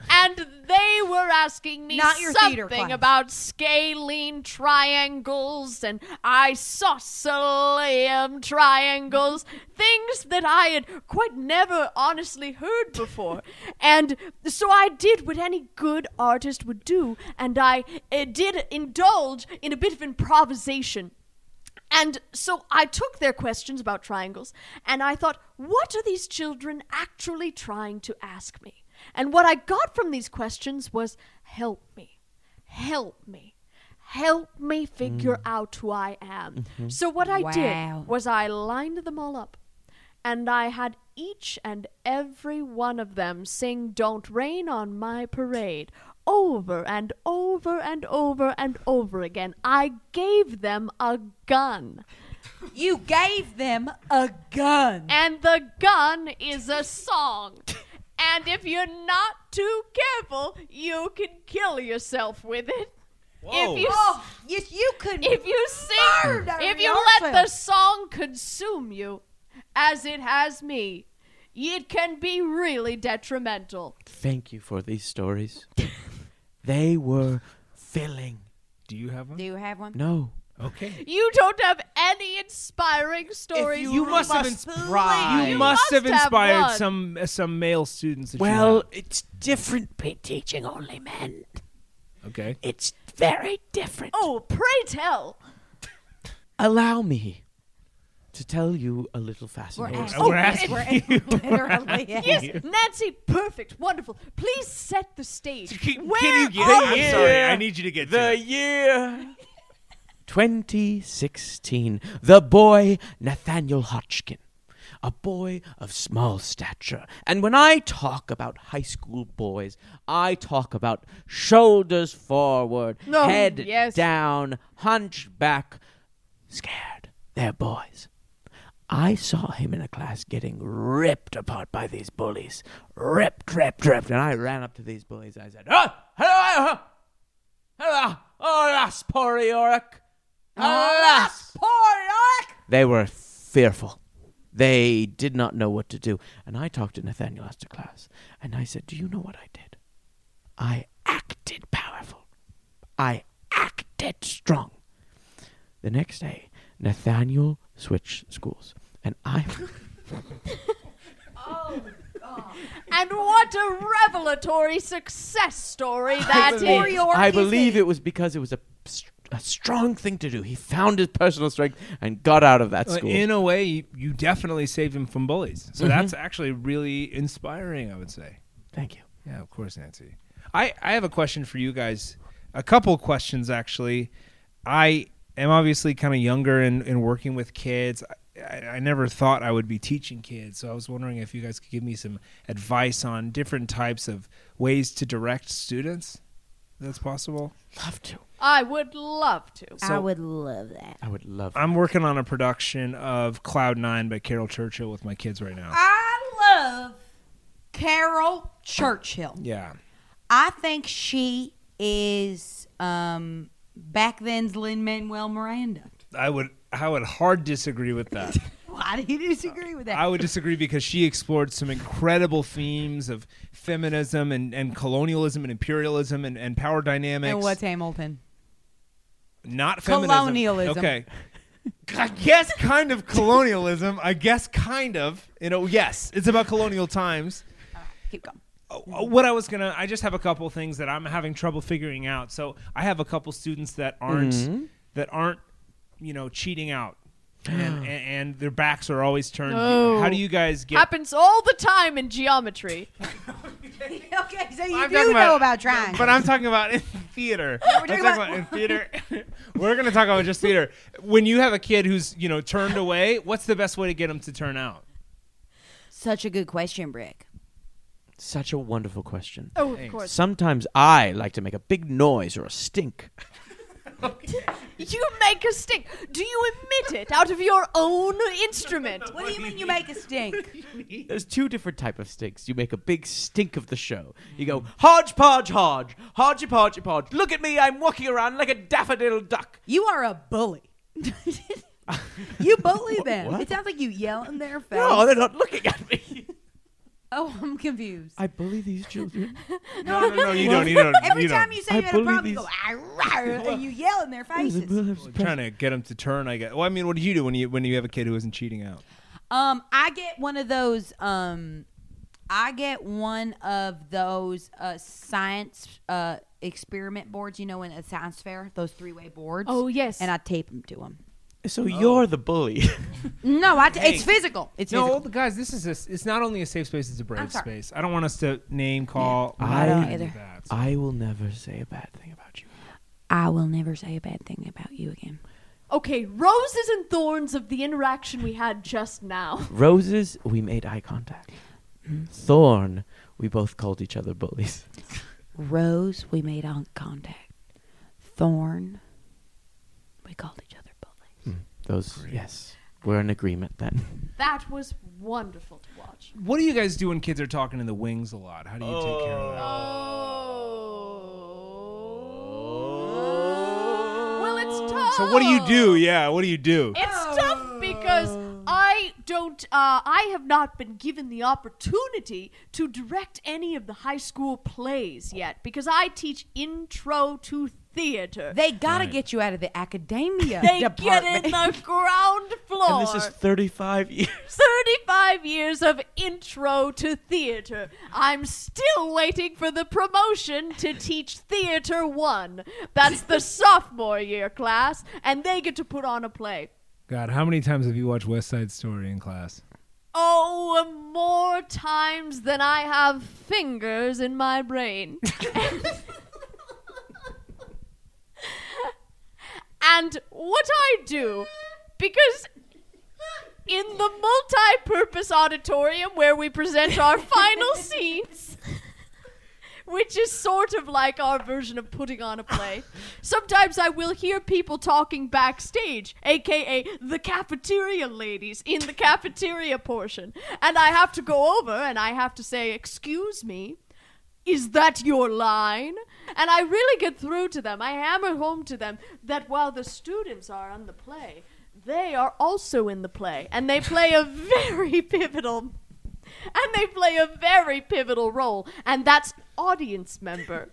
Speaker 1: and they were asking me
Speaker 6: Not your theater
Speaker 1: something
Speaker 6: class.
Speaker 1: about scalene triangles and isosceles triangles things that i had quite never honestly heard before and so i did what any good artist would do and i uh, did indulge in a bit of improvisation and so I took their questions about triangles and I thought, what are these children actually trying to ask me? And what I got from these questions was, help me, help me, help me figure out who I am. So what I
Speaker 6: Wow.
Speaker 1: did was I lined them all up and I had each and every one of them sing Don't Rain on My Parade over and over and over and over again. I gave them a gun.
Speaker 6: You gave them a gun.
Speaker 1: And the gun is a song. And if you're not too careful, you can kill yourself with it. If you
Speaker 6: Oh, yes, you could.
Speaker 1: if you sing,
Speaker 6: Murder
Speaker 1: if you let the
Speaker 6: yourself.
Speaker 1: song consume you, as it has me, it can be really detrimental.
Speaker 3: Thank you for these stories. they were filling.
Speaker 5: Do you have one?
Speaker 6: Do you have one?
Speaker 3: No.
Speaker 5: Okay.
Speaker 1: You don't have any inspiring stories.
Speaker 3: you
Speaker 1: to
Speaker 3: must have
Speaker 1: us.
Speaker 3: inspired-
Speaker 5: You
Speaker 3: You
Speaker 5: must,
Speaker 1: must
Speaker 5: have
Speaker 1: have
Speaker 5: inspired
Speaker 1: one.
Speaker 5: some uh, some male students. That you
Speaker 3: Well, it's different be teaching only men.
Speaker 5: have. okay.
Speaker 3: It's very different.
Speaker 1: Oh, pray tell.
Speaker 3: Allow me to tell you a little fascinating
Speaker 6: asking.
Speaker 5: We're asking you.
Speaker 6: Literally.
Speaker 1: Yes, Nancy, perfect, wonderful. Please set the stage.
Speaker 5: Can,
Speaker 1: Where
Speaker 5: can you get?
Speaker 1: are
Speaker 5: I'm
Speaker 1: you?
Speaker 5: sorry. I need you to get
Speaker 3: The
Speaker 5: to it.
Speaker 3: year 2016. The boy Nathaniel Hotchkin. A boy of small stature. And when I talk about high school boys, I talk about shoulders forward,
Speaker 1: No,
Speaker 3: head
Speaker 1: yes.
Speaker 3: down, hunchback, scared. They're boys. I saw him in a class getting ripped apart by these bullies. Ripped, ripped, ripped. And I ran up to these bullies. I said, Oh, hello, hello, hello, oh, alas, poor Eoric. Alas, poor Eoric. They were fearful. They did not know what to do. And I talked to Nathaniel after class. And I said, Do you know what I did? I acted powerful. I acted strong. The next day, Nathaniel switched schools. And I.
Speaker 1: And what a revelatory success story that is.
Speaker 3: I believe it was because it was a, s- a strong thing to do. He found his personal strength and got out of that
Speaker 5: Well,
Speaker 3: school.
Speaker 5: Uh, In a way, you, you definitely saved him from bullies. So that's actually really inspiring. I would say.
Speaker 3: Thank you.
Speaker 5: Yeah, of course, Nancy. I, I have a question for you guys. A couple questions, actually. I am obviously kind of younger and, and working with kids. I, I, I never thought I would be teaching kids. So I was wondering if you guys could give me some advice on different types of ways to direct students. If that's possible.
Speaker 3: Love to.
Speaker 1: I would love to.
Speaker 6: I would love that.
Speaker 3: I would love.
Speaker 5: I'm working on a production of Cloud Nine by Carol Churchill with my kids right now.
Speaker 6: I love Carol Churchill.
Speaker 5: Yeah.
Speaker 6: I think she is um, back then's Lin Manuel Miranda.
Speaker 5: I would I would hard disagree with that.
Speaker 6: Why do you disagree with that?
Speaker 5: I would disagree because she explored some incredible themes of feminism and, and colonialism and imperialism and, and power dynamics.
Speaker 6: and what's Hamilton?
Speaker 5: Not feminism.
Speaker 6: Colonialism.
Speaker 5: Okay. I guess kind of colonialism. I guess kind of. You know, yes, it's about colonial times.
Speaker 6: Keep going.
Speaker 5: Uh, what I was gonna, I just have a couple things that I'm having trouble figuring out. So I have a couple students that aren't that aren't, you know, cheating out, and, and and their backs are always turned.
Speaker 1: No.
Speaker 6: Oh.
Speaker 5: How do you guys get?
Speaker 1: Happens all the time in geometry.
Speaker 6: okay, so you
Speaker 5: I'm
Speaker 6: do know
Speaker 5: talking
Speaker 6: about,
Speaker 5: about-
Speaker 6: trying.
Speaker 5: But I'm talking about in theater.
Speaker 6: we're
Speaker 5: I'm
Speaker 6: talking
Speaker 5: talking
Speaker 6: about-
Speaker 5: about, in theater. we're going to talk about just theater. When you have a kid who's you know turned away, what's the best way to get them to turn out?
Speaker 6: Such a good question, Brick.
Speaker 3: Such a wonderful question.
Speaker 1: Oh, of course.
Speaker 3: Sometimes I like to make a big noise or a stink.
Speaker 1: You make a stink. Do you emit it out of your own instrument?
Speaker 6: What do you mean you make a stink?
Speaker 3: There's two different type of stinks. You make a big stink of the show. You go hodgepodge, hodge, hodgy podgy podge. Look at me, I'm walking around like a daffodil duck.
Speaker 6: You are a bully. you bully them.
Speaker 3: what?
Speaker 6: It sounds like you yell in their face.
Speaker 3: No, they're not looking at me.
Speaker 6: Oh, I'm confused.
Speaker 3: I bully these children.
Speaker 5: No, no, no, you don't. You don't.
Speaker 6: Every
Speaker 5: you
Speaker 6: time
Speaker 5: don't.
Speaker 6: you say
Speaker 3: I
Speaker 6: you had a
Speaker 3: bully
Speaker 6: problem,
Speaker 3: these-
Speaker 6: you go, "Arr, arr," and you yell in their faces.
Speaker 3: Oh,
Speaker 5: I'm trying to get them to turn, I guess. Well, I mean, what do you do when you when you have a kid who isn't cheating out?
Speaker 6: Um, I get one of those. Um, I get one of those uh, science uh, experiment boards. You know, in a science fair, those three-way boards.
Speaker 1: Oh, yes.
Speaker 6: and I tape them to them.
Speaker 3: So you're the bully.
Speaker 6: No, I t- it's physical. It's
Speaker 5: No,
Speaker 6: physical.
Speaker 5: guys, this is a, it's not only a safe space; it's a brave
Speaker 6: sorry.
Speaker 5: space. I don't want us to name call.
Speaker 3: I don't
Speaker 6: either.
Speaker 3: I will never say a bad thing about you.
Speaker 6: I will never say a bad thing about you again.
Speaker 1: Okay, roses and thorns of the interaction we had just now.
Speaker 3: Roses, we made eye contact. Mm. Thorn, we both called each other bullies.
Speaker 6: Rose, we made eye contact. Thorn, we called each other bullies.
Speaker 3: Those, yes. We're in agreement then.
Speaker 1: That was wonderful to watch.
Speaker 5: What do you guys do when kids are talking in the wings a lot? How do you take care of that?
Speaker 1: Oh.
Speaker 5: So what do you do? Yeah, what do you do?
Speaker 1: It's tough because I don't. Uh, I have not been given the opportunity to direct any of the high school plays yet because I teach intro to theater.
Speaker 6: They gotta
Speaker 5: Right.
Speaker 6: get you out of the academia.
Speaker 1: They get
Speaker 6: department.
Speaker 1: in the ground floor.
Speaker 3: And this is 35 years.
Speaker 1: 35 years of intro to theater. I'm still waiting for the promotion to teach Theater 1. That's the sophomore year class, and they get to put on a play.
Speaker 5: God, how many times have you watched West Side Story in class?
Speaker 1: Oh, more times than I have fingers in my brain. and what I do, because in the multi purpose auditorium where we present our final scenes, which is sort of like our version of putting on a play. Sometimes I will hear people talking backstage, aka the cafeteria ladies in the cafeteria portion, and I have to go over and I have to say, "Excuse me, is that your line?" And I really get through to them. I hammer home to them that while the students are on the play, they are also in the play, and they play a very pivotal and they play a very pivotal role, and that's audience member.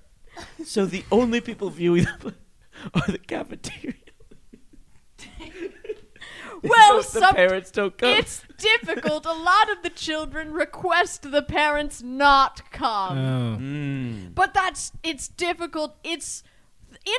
Speaker 3: So the only people viewing the play are the cafeteria.
Speaker 1: Well,
Speaker 3: Because the
Speaker 1: some-
Speaker 3: parents don't come.
Speaker 1: it's difficult. A lot of the children request the parents not come.
Speaker 3: mm.
Speaker 5: Oh,
Speaker 1: But that's it's difficult. It's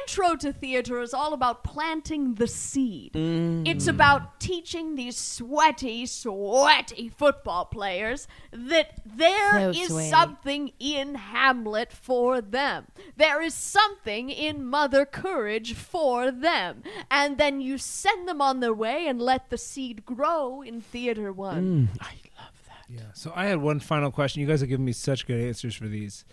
Speaker 1: intro to theater is all about planting the seed.
Speaker 3: Mm.
Speaker 1: It's about teaching these sweaty, sweaty football players that there is
Speaker 6: So sweaty.
Speaker 1: something in Hamlet for them. There is something in Mother Courage for them. And then you send them on their way and let the seed grow in theater 1.
Speaker 3: I love that.
Speaker 5: yeah. So I had one final question. You guys have given me such good answers for these.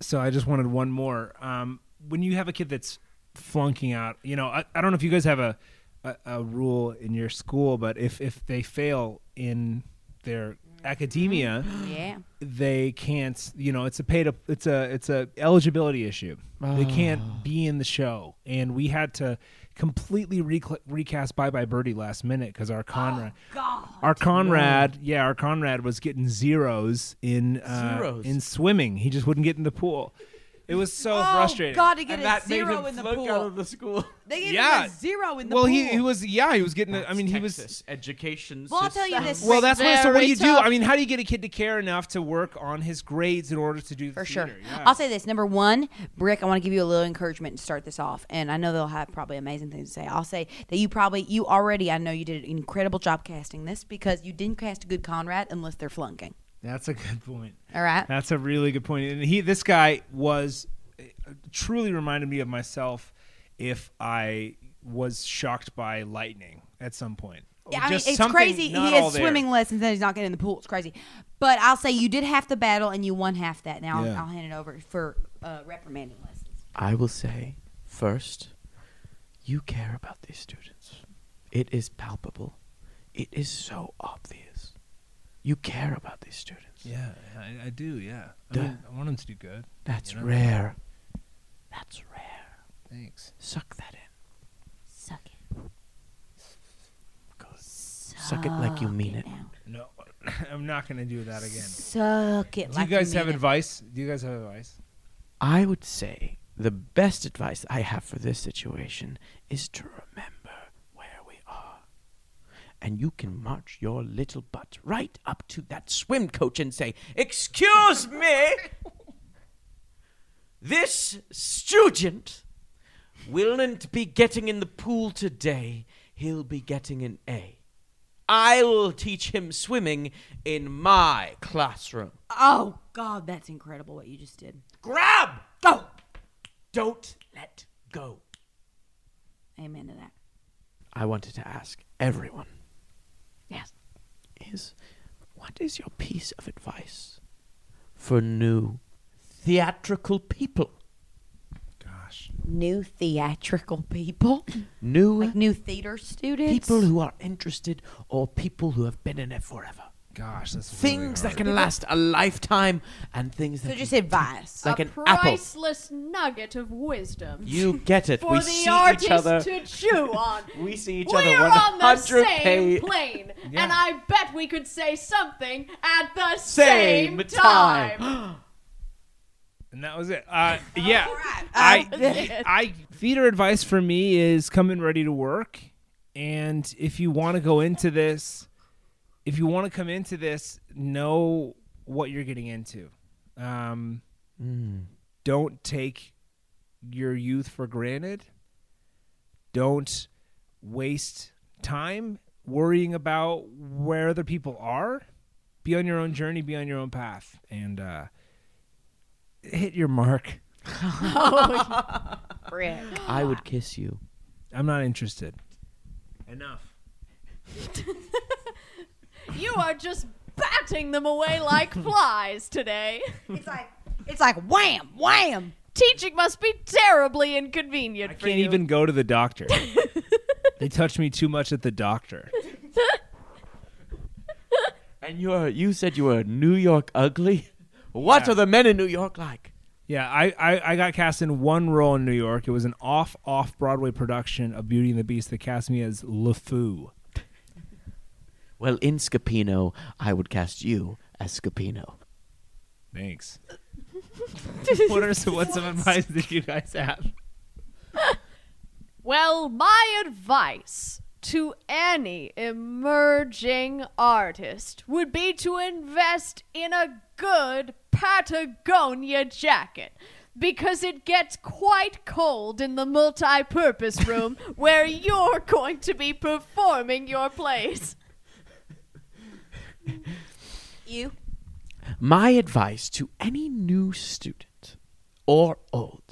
Speaker 5: so I just wanted one more. Um, when you have a kid that's flunking out, you know, I, I don't know if you guys have a, a a rule in your school, but if if they fail in their academia,
Speaker 6: yeah.
Speaker 5: they can't you know it's a paid up it's a it's a eligibility issue they
Speaker 3: Ah.
Speaker 5: can't be in the show and we had to completely recla recast bye bye birdie last minute because our conrad our conrad yeah our conrad was getting zeros in uh,
Speaker 3: Zeros.
Speaker 5: in swimming he just wouldn't get in the pool it was so
Speaker 6: Oh,
Speaker 5: frustrating
Speaker 7: God, to get
Speaker 3: and
Speaker 7: a
Speaker 3: that made him
Speaker 7: zero in the
Speaker 3: flunk out
Speaker 7: pool.
Speaker 3: of the school.
Speaker 7: They get
Speaker 5: Yeah.
Speaker 7: a zero in the
Speaker 5: well
Speaker 7: pool.
Speaker 5: he, he was yeah he was getting a, i mean he was
Speaker 3: Texas education
Speaker 6: Well, I'll tell you
Speaker 3: system.
Speaker 6: this.
Speaker 5: well, that's why. So, what do
Speaker 1: Very
Speaker 5: you do?
Speaker 1: tough.
Speaker 5: I mean, how do you get a kid to care enough to work on his grades in order to do the
Speaker 6: For sure.
Speaker 5: theater? Yeah.
Speaker 6: I'll say this. Number one, Brick, I want to give you a little encouragement to start this off. And I know they'll have probably amazing things to say. I'll say that you probably, you already, I know you did an incredible job casting this because you didn't cast a good Conrad unless they're flunking.
Speaker 5: That's a good point.
Speaker 6: All right?
Speaker 5: That's a really good point. And he, this guy was truly reminded me of myself if I was shocked by lightning at some point.
Speaker 6: Yeah, I mean,
Speaker 5: Just
Speaker 6: it's
Speaker 5: something
Speaker 6: crazy. He
Speaker 5: not all
Speaker 6: has
Speaker 5: there.
Speaker 6: swimming lessons and he's not getting in the pool. It's crazy. But I'll say you did half the battle and you won half that. Now I'll,
Speaker 5: Yeah.
Speaker 6: I'll hand it over for uh, reprimanding lessons.
Speaker 3: I will say first, you care about these students. It is palpable. It is so obvious. You care about these students.
Speaker 5: Yeah, I, I do. Yeah, I,
Speaker 3: Duh.
Speaker 5: mean, I want him to do good.
Speaker 3: That's
Speaker 5: You know?
Speaker 3: rare. That's rare.
Speaker 5: Thanks.
Speaker 3: Suck that in.
Speaker 6: Suck it.
Speaker 3: Good. Suck it like you mean it.
Speaker 6: now.
Speaker 5: No, I'm not going to do that again.
Speaker 6: Suck it
Speaker 5: Do you
Speaker 6: like
Speaker 5: guys
Speaker 6: mean
Speaker 5: have
Speaker 6: it.
Speaker 5: advice? Do you guys have advice?
Speaker 3: I would say the best advice I have for this situation is to remember where we are. And you can march your little butt right up to that swim coach and say, Excuse me, this student willn't be getting in the pool today. He'll be getting an A. I will teach him swimming in my classroom.
Speaker 6: Oh, God, that's incredible what you just did.
Speaker 3: Grab!
Speaker 6: Go!
Speaker 3: Don't let go.
Speaker 6: Amen to that.
Speaker 3: I wanted to ask everyone
Speaker 1: Yes.
Speaker 3: is what is your piece of advice for new theatrical people?
Speaker 5: Gosh.
Speaker 6: New theatrical people,
Speaker 3: New
Speaker 6: like new theater students.
Speaker 3: people who are interested or people who have been in it forever.
Speaker 5: Gosh, that's really
Speaker 3: Things
Speaker 5: hard.
Speaker 3: that can last a lifetime and things that
Speaker 6: So just
Speaker 3: can-
Speaker 6: advice.
Speaker 3: like
Speaker 1: a
Speaker 3: an apple.
Speaker 1: priceless nugget of wisdom
Speaker 3: You get it.
Speaker 1: for
Speaker 3: we
Speaker 1: the
Speaker 3: see
Speaker 1: artist
Speaker 3: each other.
Speaker 1: to chew on.
Speaker 3: we see each
Speaker 1: we
Speaker 3: other
Speaker 1: are on the
Speaker 3: 100
Speaker 1: same
Speaker 3: pay-
Speaker 1: plane,
Speaker 5: Yeah.
Speaker 1: and I bet we could say something at the
Speaker 3: Same
Speaker 1: same,
Speaker 3: time.
Speaker 5: and that was it. Uh, yeah,
Speaker 6: right.
Speaker 5: I, I theater advice for me is come in ready to work, and if you want to go into this, if you want to come into this, know what you're getting into. Um, Don't take your youth for granted. Don't waste time worrying about where other people are. Be on your own journey. Be on your own path, and uh, hit your mark.
Speaker 3: I would kiss you.
Speaker 5: I'm not interested. Enough.
Speaker 1: You are just batting them away like flies today.
Speaker 6: Oh, It's like it's like wham, wham.
Speaker 1: Teaching must be terribly inconvenient
Speaker 5: I
Speaker 1: for
Speaker 5: can't
Speaker 1: you.
Speaker 5: even go to the doctor. they touch me too much at the doctor.
Speaker 3: And you're you said you were New York ugly. What
Speaker 5: Yeah.
Speaker 3: are the men in New York like?
Speaker 5: Yeah, I, I, I got cast in one role in New York. It was an off off Broadway production of Beauty and the Beast that cast me as LeFou.
Speaker 3: Well, in Scapino, I would cast you as Scapino.
Speaker 5: Thanks. what are some, what some advice did you guys have?
Speaker 1: Well, my advice to any emerging artist would be to invest in a good Patagonia jacket. Because it gets quite cold in the multi purpose room where you're going to be performing your plays.
Speaker 6: You
Speaker 3: My advice to any new student or old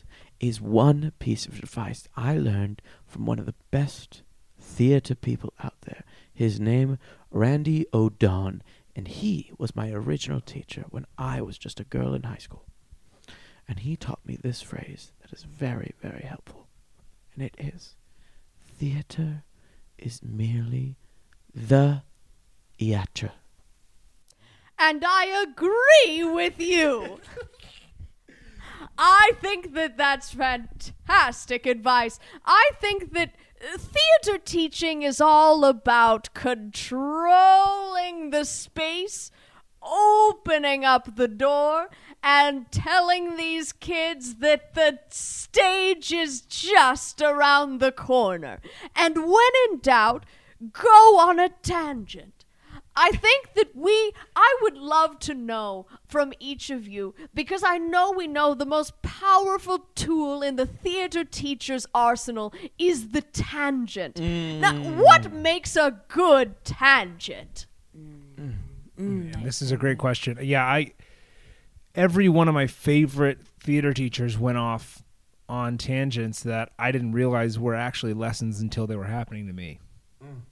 Speaker 3: is one piece of advice I learned from one of the best theater people out there. His name, Randy O'Don, and he was my original teacher when I was just a girl in high school. And he taught me this phrase that is very, very helpful. And it is theater is merely the iatra.
Speaker 1: And I agree with you. I think that that's fantastic advice. I think that uh, theater teaching is all about controlling the space, opening up the door, and telling these kids that the stage is just around the corner. And when in doubt, go on a tangent. I think that we, I would love to know from each of you, because I know we know the most powerful tool in the theater teacher's arsenal is the tangent. Now, what makes a good tangent?
Speaker 5: And this is a great question. Yeah, I every one of my favorite theater teachers went off on tangents that I didn't realize were actually lessons until they were happening to me.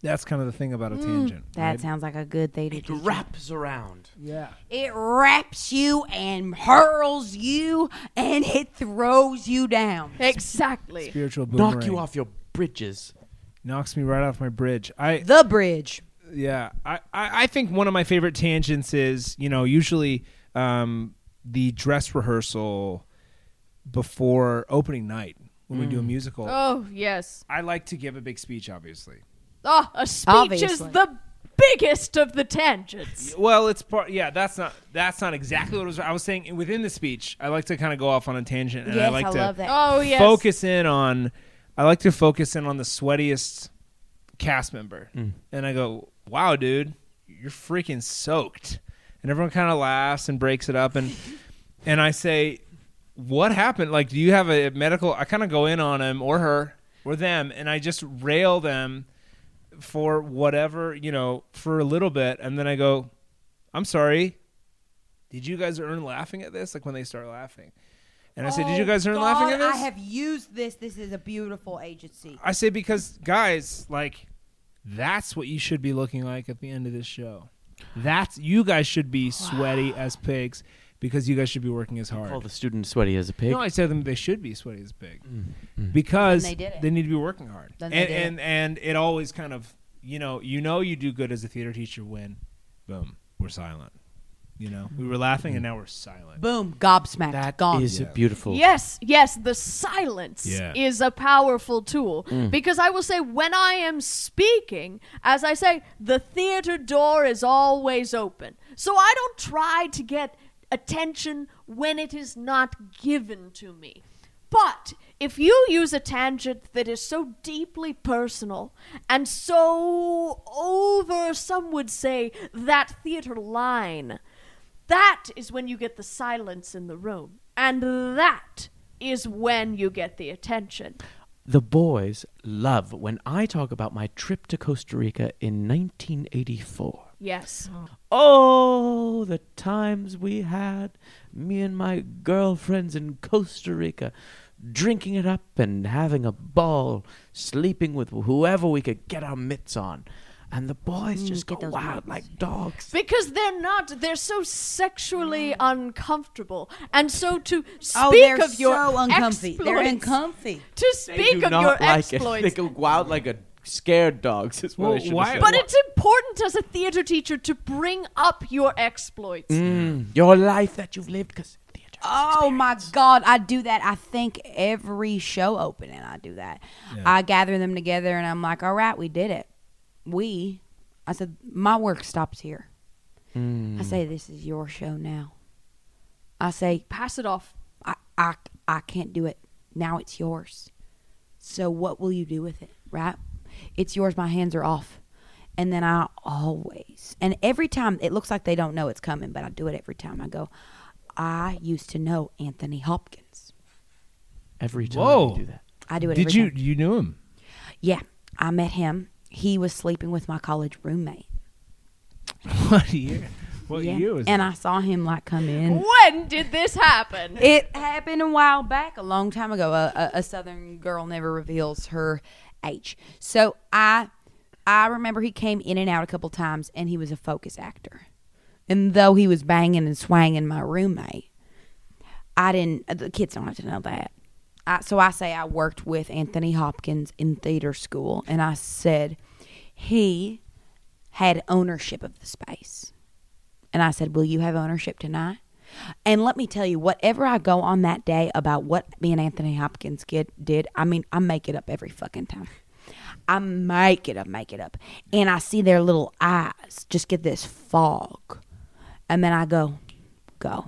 Speaker 5: That's kind of the thing
Speaker 3: Mm,
Speaker 5: about a tangent.
Speaker 6: that sounds like a good thing to
Speaker 3: It
Speaker 6: do.
Speaker 3: wraps around.
Speaker 5: Yeah.
Speaker 6: It wraps you and hurls you and it throws you down.
Speaker 1: Exactly.
Speaker 5: Spiritual boomerang.
Speaker 3: Knock you off your bridges.
Speaker 5: Knocks me right off my bridge. I
Speaker 6: The bridge.
Speaker 5: yeah. I, I, I think one of my favorite tangents is, you know, usually um, the dress rehearsal before opening night when we do a musical.
Speaker 1: Oh, yes.
Speaker 5: I like to give a big speech, obviously.
Speaker 1: Oh, a speech is
Speaker 6: Obviously.
Speaker 1: the biggest of the tangents.
Speaker 5: Well, it's part. Yeah, that's not that's not exactly what I was. I was saying within the speech. I like to kind of go off on a tangent, and I
Speaker 6: Yes,
Speaker 5: like
Speaker 6: I
Speaker 5: to
Speaker 6: love that.
Speaker 1: Oh, yes.
Speaker 5: focus in on. I like to focus in on the sweatiest cast member, and I go, "Wow, dude, you're freaking soaked," and everyone kind of laughs and breaks it up, and and I say, "What happened? Like, do you have a medical?" I kind of go in on him or her or them, and I just rail them for whatever you know for a little bit, and then I go, "I'm sorry." Did you guys earn laughing at this? Like when they start laughing, and I say, "Did you guys earn
Speaker 6: Oh, God,
Speaker 5: laughing at this?"
Speaker 6: I have used this. This is a beautiful agency.
Speaker 5: I say because guys, like that's what you should be looking like at the end of this show. That's you guys should be sweaty as pigs because you guys should be working as hard.
Speaker 3: Call the student sweaty as a pig.
Speaker 5: no, I said them they should be sweaty as pig because
Speaker 6: Then they did it.
Speaker 5: need to be working hard.
Speaker 6: Then
Speaker 5: And
Speaker 6: they did it.
Speaker 5: and and it always kind of you know you know you do good as a theater teacher when boom we're silent. You know, we were laughing and now we're silent.
Speaker 6: Boom, gobsmacked,
Speaker 3: That
Speaker 6: gone.
Speaker 3: is beautiful.
Speaker 1: Yes, yes, the silence
Speaker 5: Yeah.
Speaker 1: is a powerful tool because I will say when I am speaking, as I say, the theater door is always open. So I don't try to get attention when it is not given to me. But if you use a tangent that is so deeply personal and so over, some would say, that theater line, that is when you get the silence in the room. And that is when you get the attention.
Speaker 3: The boys love when I talk about my trip to Costa Rica in 1984.
Speaker 1: Yes.
Speaker 3: Oh, the times we had, me and my girlfriends in Costa Rica, drinking it up and having a ball, sleeping with whoever we could get our mitts on. And the boys just go wild like dogs.
Speaker 1: Because they're not, they're so sexually uncomfortable. And so to speak
Speaker 6: Mm. Oh, they're
Speaker 1: of your
Speaker 6: so uncomfy. They're
Speaker 1: exploits-
Speaker 6: uncomfy.
Speaker 1: To speak of your exploits.
Speaker 3: They go wild like a scared dogs. Is what
Speaker 5: Well,
Speaker 3: I should
Speaker 5: why-
Speaker 3: have
Speaker 1: But
Speaker 3: said.
Speaker 5: Wha-
Speaker 1: it's important as a theater teacher to bring up your exploits.
Speaker 3: Mm, your life that you've lived, because theater. is
Speaker 6: Oh my God, I do that. I think every show opening, I do that. I gather them together and I'm like, all right, we did it. We, I said, my work stops here.
Speaker 5: Mm.
Speaker 6: I say, this is your show now. I say,
Speaker 1: Pass it off.
Speaker 6: I, I, I can't do it. Now it's yours. So what will you do with it, right? It's yours. My hands are off. And then I always, and every time it looks like they don't know it's coming, but I do it every time. I go, I used to know Anthony Hopkins.
Speaker 3: Every time
Speaker 5: Whoa.
Speaker 3: you do that.
Speaker 6: I do it every
Speaker 5: Did you
Speaker 6: time.
Speaker 5: you knew him?
Speaker 6: Yeah. I met him. He was sleeping with my college roommate.
Speaker 5: What year? What
Speaker 6: yeah.
Speaker 5: year Oh, was
Speaker 6: and
Speaker 5: it?
Speaker 6: I saw him like come in.
Speaker 1: When did this happen?
Speaker 6: It happened a while back, a long time ago. A, a, a Southern girl never reveals her age. So I, I remember he came in and out a couple times, and he was a focus actor. And though he was banging and swanging my roommate, I didn't. uh, The kids don't have to know that. I, so I say I worked with Anthony Hopkins in theater school, and I said he had ownership of the space. And I said, Will you have ownership tonight? And let me tell you, whatever I go on that day about what me and Anthony Hopkins get, did, I mean, I make it up every fucking time. I make it up, make it up. And I see their little eyes just get this fog. And then I go, Go.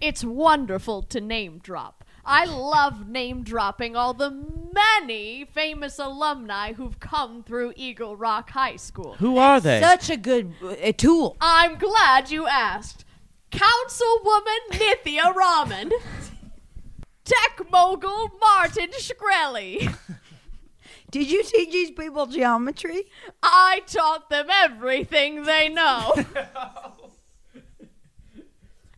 Speaker 1: It's wonderful to name drop. I love name dropping all the many famous alumni who've come through Eagle Rock High School.
Speaker 3: Who are they?
Speaker 6: Such a good uh, a tool.
Speaker 1: I'm glad you asked. Councilwoman Nithya Raman. Tech mogul Martin Shkreli.
Speaker 6: Did you teach these people geometry?
Speaker 1: I taught them everything they know.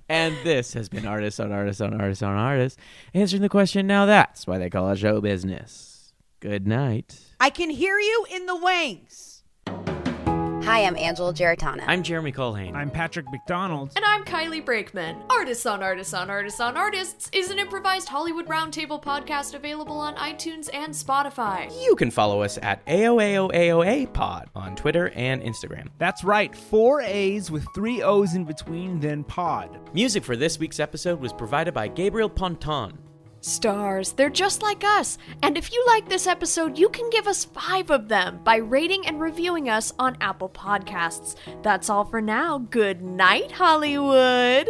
Speaker 3: And this has been Artists on Artists on Artists on Artists. Answering the question now that's why they call it show business. Good night.
Speaker 6: I can hear you in the wings. Hi, I'm Angela Geritano.
Speaker 3: I'm Jeremy Colhane.
Speaker 5: I'm Patrick McDonald.
Speaker 1: And I'm Kylie Brakeman. Artists on Artists on Artists on Artists is an improvised Hollywood roundtable podcast available on iTunes and Spotify.
Speaker 3: you can follow us at AOAOAOA Pod on Twitter and Instagram.
Speaker 5: That's right, four A's with three O's in between, then pod.
Speaker 3: Music for this week's episode was provided by Gabriel Ponton.
Speaker 1: Stars, they're just like us. And if you like this episode, you can give us five of them by rating and reviewing us on Apple Podcasts. That's all for now. Good night, Hollywood.